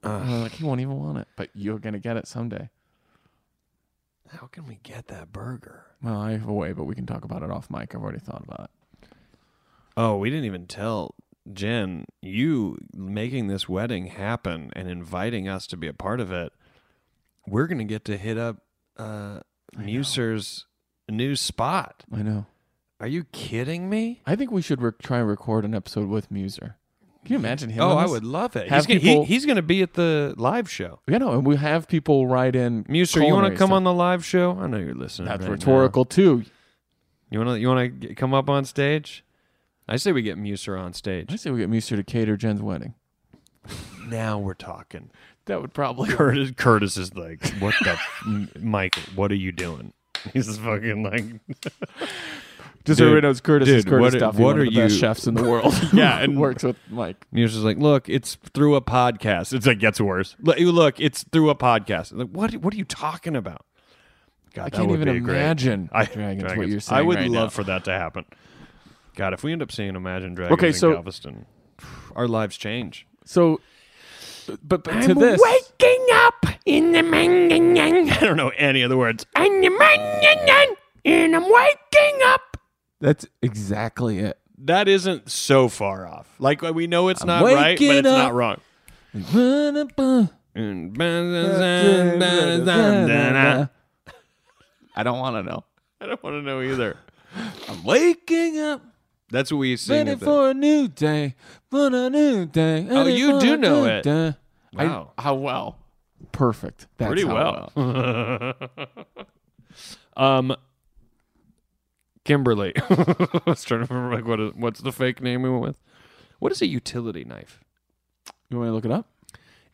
C: And I'm like, he won't even want it, but you're going to get it someday.
B: How can we get that burger?
C: Well, I have a way, but we can talk about it off mic. I've already thought about it.
B: Oh, we didn't even tell Jen you making this wedding happen and inviting us to be a part of it. We're gonna get to hit up uh, Muser's new spot.
C: I know.
B: Are you kidding me?
C: I think we should re- try and record an episode with Muser. Can you imagine him?
B: Oh,
C: on
B: I
C: this?
B: would love it. He's
C: Have
B: gonna,
C: people-
B: he, he's going to be at the live show.
C: You know, and we have people write in.
B: Muser, you want to
C: culinary
B: come
C: stuff.
B: on the live show? I know you're listening.
C: That's
B: right
C: rhetorical, too.
B: now. You want to you want to come up on stage? I say we get Muser on
C: I
B: stage.
C: say we get Muser to cater Jen's wedding.
B: Now we're talking.
C: That would probably
B: Curtis, Curtis is like, what the, f- Mike? What are you doing? He's fucking like, Dude,
C: Just so everybody knows, Curtis is
B: dude,
C: Curtis
B: what-
C: Duffy,
B: what
C: one
B: are
C: of the best
B: you-
C: chefs in the world.
B: Yeah, and-
C: works with Mike.
B: Muser's like, look, it's through a podcast. It's like gets worse. Look, you- look, it's through a podcast. Like, what? What are you talking about? God,
C: I
B: that
C: can't
B: would
C: even
B: be a great-
C: imagine
B: I,
C: dragons, what
B: Dragons.
C: you're saying
B: I would
C: right
B: love
C: now.
B: for that to happen. God, if we end up seeing Imagine Dragons
C: Okay,
B: in
C: so-
B: Galveston, our lives change.
C: So, but, but to this,
B: waking up in the morning. I don't know any of the words. In the morning, and I'm waking up.
C: that's exactly it.
B: That isn't so far off. Like we know it's not
C: waking
B: right, but it's
C: up.
B: not wrong.
C: I
B: I
C: don't want to know.
B: don't want to know either.
C: I'm waking up,
B: That's what we sing.
C: ready
B: at the-
C: for a new day, for a new day.
B: Oh,
C: ready
B: you
C: for
B: do
C: a
B: know
C: new
B: it.
C: day. I-
B: Wow.
C: how well? Perfect. That's
B: Pretty
C: how
B: well. Um, Kimberly. I was trying to remember like what is, what's the fake name we went with. What is a utility knife?
C: You want me to look it up?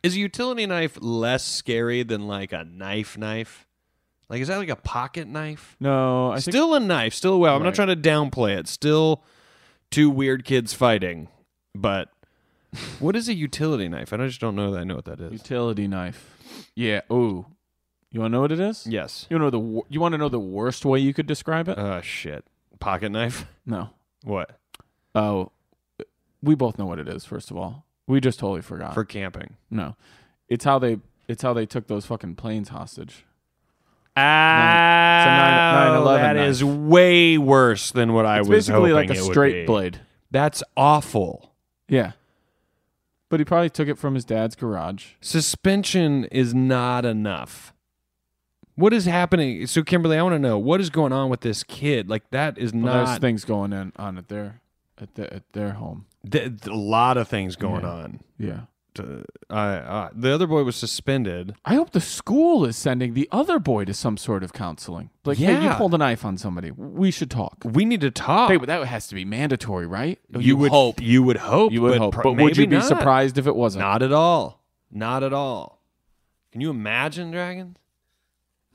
B: Is a utility knife less scary than like a knife knife? Like is that like a pocket knife?
C: No, I think
B: still a knife, still a well. I'm not trying to downplay it. Still two weird kids fighting. But what is a utility knife? I just don't know that I know what that is.
C: utility knife. Yeah. Ooh, you want to know what it is?
B: yes.
C: You know the wor- you want to know the worst way you could describe it?
B: Oh shit. Pocket knife?
C: no.
B: What?
C: Oh, we both know what it is. First of all, we just totally forgot.
B: For camping.
C: no, it's how they it's how they took those fucking planes hostage.
B: Ah,
C: It's a 9 9/11
B: that
C: knife.
B: is way worse than what I
C: it's
B: was
C: basically
B: hoping
C: like a
B: it would be.
C: straight blade.
B: That's awful.
C: Yeah, but he probably took it from his dad's garage.
B: Suspension is not enough. What is happening? So, Kimberly, I want to know what is going on with this kid. Like that is
C: Well, there's
B: not
C: things going in on at their at, the, at their home.
B: th- th- a lot of things going
C: Yeah.
B: on.
C: Yeah,
B: To- I- I- the other boy was suspended.
C: I hope the school is sending the other boy to some sort of counseling. Like, hey, you
B: Yeah.
C: pulled a knife on somebody. We should talk.
B: We need to talk.
C: Hey, but that has to be mandatory, right?
B: you, would
C: hope.
B: You would hope.
C: You would
B: but
C: hope,
B: pro-
C: but would you
B: maybe
C: be
B: not.
C: surprised if it wasn't?
B: Not at all. Not at all. Can you imagine dragons?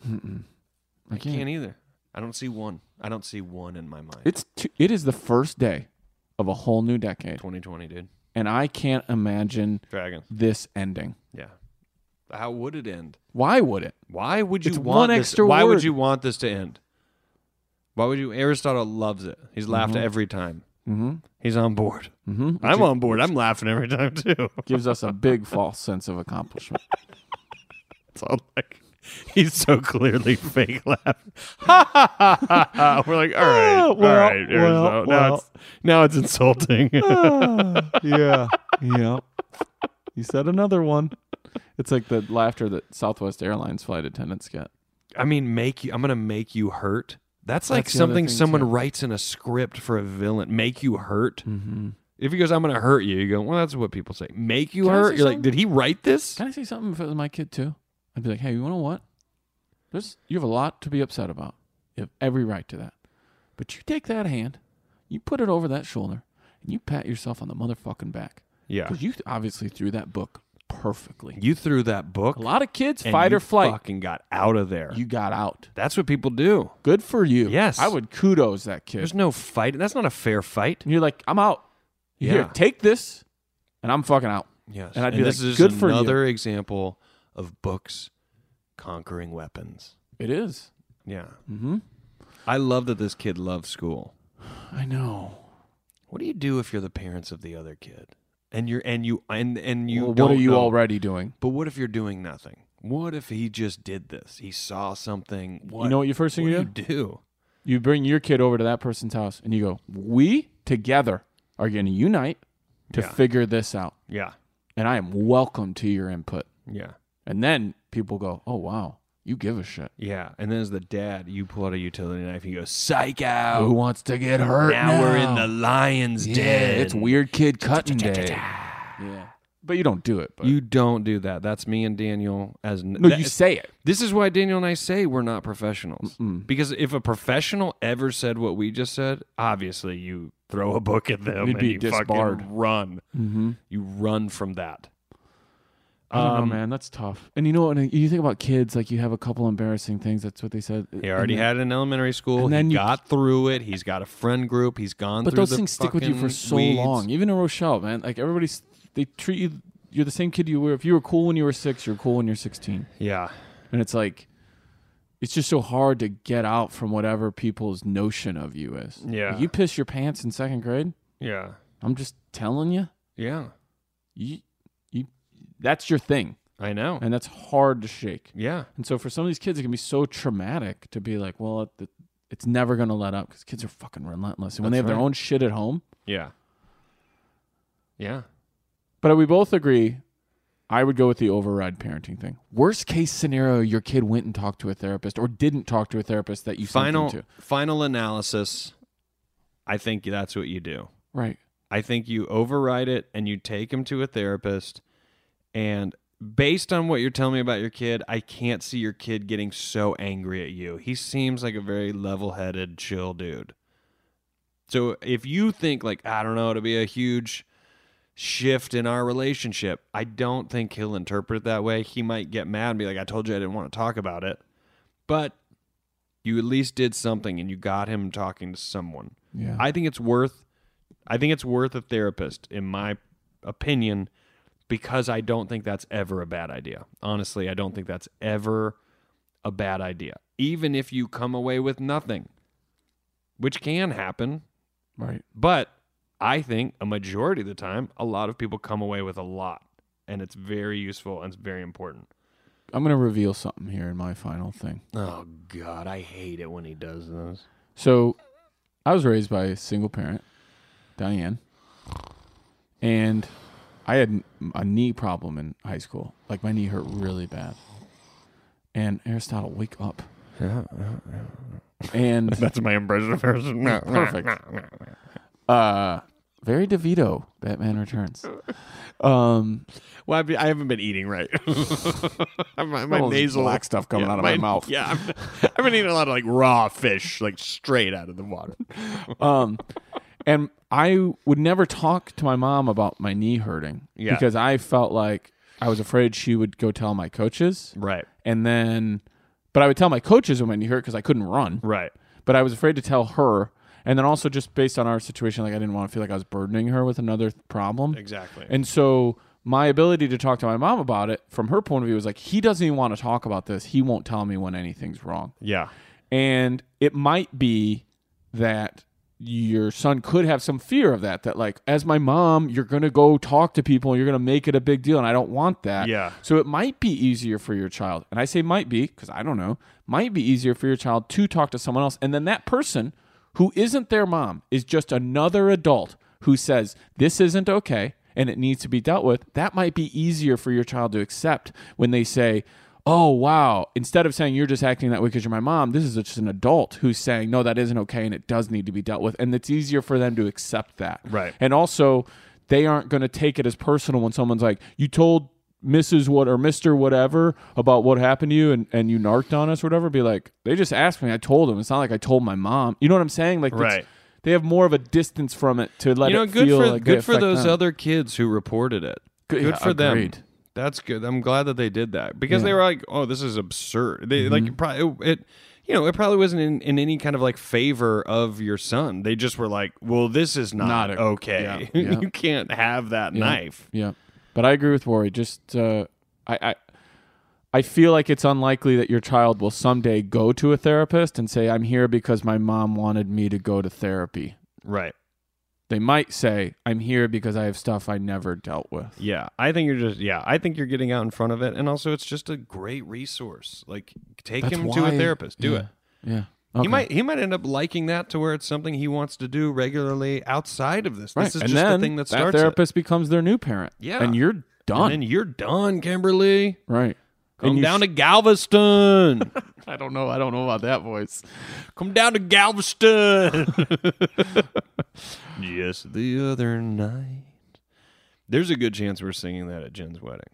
C: I
B: Can't.
C: can't.
B: either. I don't see one. I don't see one in my mind.
C: It's t- it is the first day of a whole new decade,
B: 2020, dude.
C: and I can't imagine
B: Dragons.
C: this ending.
B: Yeah. How would it end?
C: Why would it?
B: Why would you
C: It's
B: want
C: one
B: this?
C: extra
B: Why
C: word.
B: would you want this to end? Why would you? Aristotle loves it. He's laughed every time.
C: Mm-hmm.
B: He's on board.
C: Mm-hmm.
B: I'm on board. I'm laughing every time too.
C: Gives us a big false sense of accomplishment.
B: It's all like he's so clearly fake laughing. Ha, ha, ha, ha, ha. We're like, all right,
C: Ah,
B: all
C: well,
B: right. Aristotle.
C: well, Ah.
B: now it's now it's insulting.
C: yeah, yeah. You said another one. It's like the laughter that Southwest Airlines flight attendants get.
B: I mean, make you. I'm gonna make you hurt. That's like
C: That's the other
B: something
C: thing,
B: someone
C: too.
B: writes in a script for a villain. Make you hurt.
C: Mm-hmm.
B: If he goes, I'm gonna hurt you. You go, well, that's what people say. Make you
C: Can I
B: hurt.
C: say
B: You're like,
C: something?
B: did he write this?
C: Can I say something if it was my kid too? I'd be like, hey, you know what? There's you have a lot to be upset about. You have every right to that. But you take that hand, you put it over that shoulder, and you pat yourself on the motherfucking back.
B: Yeah.
C: Because you obviously threw that book perfectly.
B: You threw that book.
C: a lot of kids
B: and
C: fight
B: you
C: or flight.
B: Fucking got out of there.
C: You got out.
B: that's what people do.
C: Good for you.
B: Yes.
C: I would kudos that kid.
B: There's no fight. That's not a fair fight.
C: and you're like, I'm out. Here,
B: Yeah.
C: take this, and I'm fucking out.
B: Yes.
C: And I'd be
B: this
C: like,
B: is
C: good for you.
B: another example of books conquering weapons.
C: It is.
B: Yeah. Mm-hmm. I love that this kid loves school.
C: I know.
B: What do you do if you're the parents of the other kid? And you're and you and and you
C: Well, what
B: don't
C: are you
B: know-
C: already doing?
B: But what if you're doing nothing? What if he just did this? He saw something. What?
C: know what your first thing
B: what
C: you
B: do? You do?
C: You bring your kid over to that person's house and you go, We together are going to unite to
B: Yeah.
C: figure this out.
B: Yeah.
C: And I am welcome to your input.
B: Yeah.
C: And then people go, Oh, wow, you give a shit.
B: Yeah. And then as the dad, you pull out a utility knife and you go, psych out.
C: Who wants to get hurt?
B: now, we're in the lion's
C: Yeah,
B: den.
C: It's weird kid cutting day. yeah. But you don't do it. But
B: You don't do that. That's me and Daniel as n-
C: no,
B: that-
C: you say it.
B: This is why Daniel and I say we're not professionals. Because if a professional ever said what we just said, obviously you throw a book at them
C: You'd
B: and
C: be
B: you
C: disbarred. Mm-hmm.
B: fucking run. You run from that.
C: I don't know,
B: um,
C: man. That's tough. And you know what? and You think about kids, like you have a couple embarrassing things. That's what they said.
B: He already
C: And-
B: had it in elementary school.
C: and then
B: he
C: you-
B: got through it. He's got a friend group. He's gone
C: But
B: through
C: those
B: the
C: things stick with you
B: fucking
C: for so
B: weeds.
C: long. Even in Rochelle, man, like everybody's they treat you. You're the same kid you were. If you were cool when you were six, you're cool when you're 16.
B: Yeah.
C: And it's like, it's just so hard to get out from whatever people's notion of you is.
B: Yeah.
C: Like, you piss your pants in second grade.
B: Yeah.
C: I'm just telling you,
B: Yeah.
C: you, you, that's your thing,
B: I know.
C: and that's hard to shake.
B: yeah.
C: And so for some of these kids, it can be so traumatic to be like, well, it, it's never gonna let up because kids are fucking relentless. And when they
B: That's
C: have their
B: right.
C: own shit at home,
B: Yeah. Yeah.
C: But we both agree. I would go with the override parenting thing. Worst case scenario, your kid went and talked to a therapist or didn't talk to a therapist that you
B: Final
C: sent them to.
B: final analysis. I think that's what you do.
C: Right.
B: I think you override it and you take him to a therapist. And based on what you're telling me about your kid, I can't see your kid getting so angry at you. He seems like a very level headed, chill dude. So if you think, like, I don't know, it'll be a huge shift in our relationship, I don't think he'll interpret it that way. He might get mad and be like, I told you I didn't want to talk about it. But you at least did something and you got him talking to someone.
C: Yeah.
B: I think it's worth I think it's worth a therapist in my opinion because I don't think that's ever a bad idea. Honestly, I don't think that's ever a bad idea. Even if you come away with nothing, which can happen,
C: right.
B: but I think a majority of the time a lot of people come away with a lot and it's very useful and it's very important.
C: I'm going to reveal something here in my final thing.
B: Oh god, I hate it when he does this.
C: So I was raised by a single parent, Diane, and I had n- a knee problem in high school. Like my knee hurt really bad. And Aristotle, wake up. And
B: That's my impression of person.
C: perfect. Uh, very DeVito, Batman Returns. Um,
B: Well, I've been, I haven't been eating right. my my
C: all this
B: nasal
C: black stuff coming
B: yeah,
C: out of my mouth.
B: Yeah, I've, I've been eating a lot of like raw fish, like straight out of the water.
C: um, and I would never talk to my mom about my knee hurting
B: Yeah.
C: because I felt like I was afraid she would go tell my coaches,
B: Right,
C: and then, but I would tell my coaches when my knee hurt because I couldn't run,
B: right.
C: but I was afraid to tell her. And then also just based on our situation, like I didn't want to feel like I was burdening her with another th- problem.
B: Exactly.
C: And so my ability to talk to my mom about it from her point of view was like, he doesn't even want to talk about this. He won't tell me when anything's wrong.
B: Yeah,
C: And it might be that your son could have some fear of that, that like, as my mom, you're going to go talk to people and you're going to make it a big deal. And I don't want that.
B: Yeah.
C: So it might be easier for your child. And I say might be because I don't know, might be easier for your child to talk to someone else. And then that person who isn't their mom is just another adult who says, this isn't okay and it needs to be dealt with. That might be easier for your child to accept when they say, oh wow instead of saying you're just acting that way because you're my mom this is just an adult who's saying no that isn't okay and it does need to be dealt with and it's easier for them to accept that
B: Right.
C: and also they aren't going to take it as personal when someone's like you told mrs what or mr whatever about what happened to you and, and you narked on us or whatever be like they just asked me i told them it's not like i told my mom you know what i'm saying like it's-
B: Right.
C: they have more of a distance from it to let
B: you know,
C: it
B: good
C: feel
B: for
C: like they
B: good for
C: affect
B: those
C: them.
B: other kids who reported it.
C: Good-
B: Good,
C: yeah,
B: for them.
C: agreed.
B: That's good. I'm glad that they did that because they were like, "Oh, this is absurd." They
C: Mm-hmm.
B: like it probably it, you know, it probably wasn't in, in any kind of like favor of your son. They just were like, "Well, this is not,
C: Not a-
B: okay.
C: yeah, yeah.
B: you can't have that knife."
C: Yeah, but I agree with Rory. Just uh, I, I I feel like it's unlikely that your child will someday go to a therapist and say, "I'm here because my mom wanted me to go to therapy."
B: Right.
C: They might say, "I'm here because I have stuff I never dealt with."
B: Yeah, I think you're just yeah. I think you're getting out in front of it, and also it's just a great resource. Like, take
C: That's
B: him to a
C: why-
B: therapist. Do
C: yeah,
B: it.
C: Yeah,
B: He might he might end up liking that to where it's something he wants to do regularly outside of this.
C: Right.
B: This is
C: and
B: just
C: then
B: the thing that starts
C: therapist becomes their new parent.
B: Yeah.
C: and you're
B: it.
C: done.
B: And then you're done, Kimberly.
C: right.
B: Come
C: you
B: down to Galveston.
C: I don't know. I don't know about that voice.
B: Come down to Galveston. Just the other night. There's a good chance we're singing that at Jen's wedding.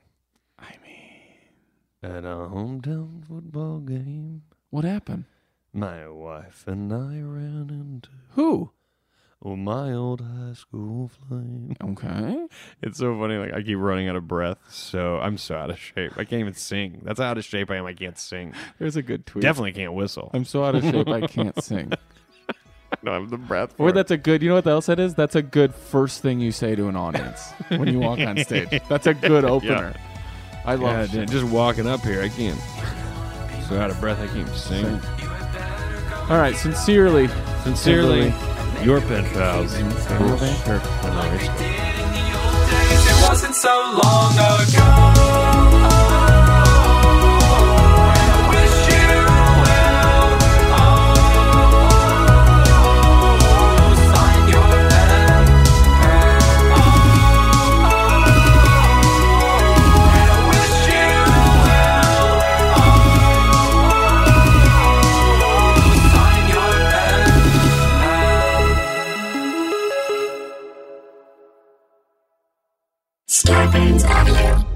B: I mean, at a hometown football game,
C: What happened?
B: my wife and I ran into
C: Who?
B: oh, my old high school flame.
C: Okay.
B: It's so funny. Like I keep running out of breath, so I'm so out of shape. I can't even sing. That's how out of shape I am. I can't sing.
C: There's a good tweet.
B: Definitely can't whistle.
C: I'm so out of shape I can't sing.
B: I don't have the breath. For
C: Or
B: it.
C: that's a good. You know what else that is? That's a good first thing you say to an audience when you walk on stage. That's a good opener. I
B: God,
C: love
B: damn,
C: it.
B: just walking up here. I can't. So out of breath, I can't sing.
C: All right, sincerely,
B: Sincerely, your pen pals.
D: It wasn't so long ago. I wish you well. Oh, sign your Oh, pen. I wish you well. Oh, sign your pen.
F: a,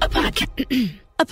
F: podca- a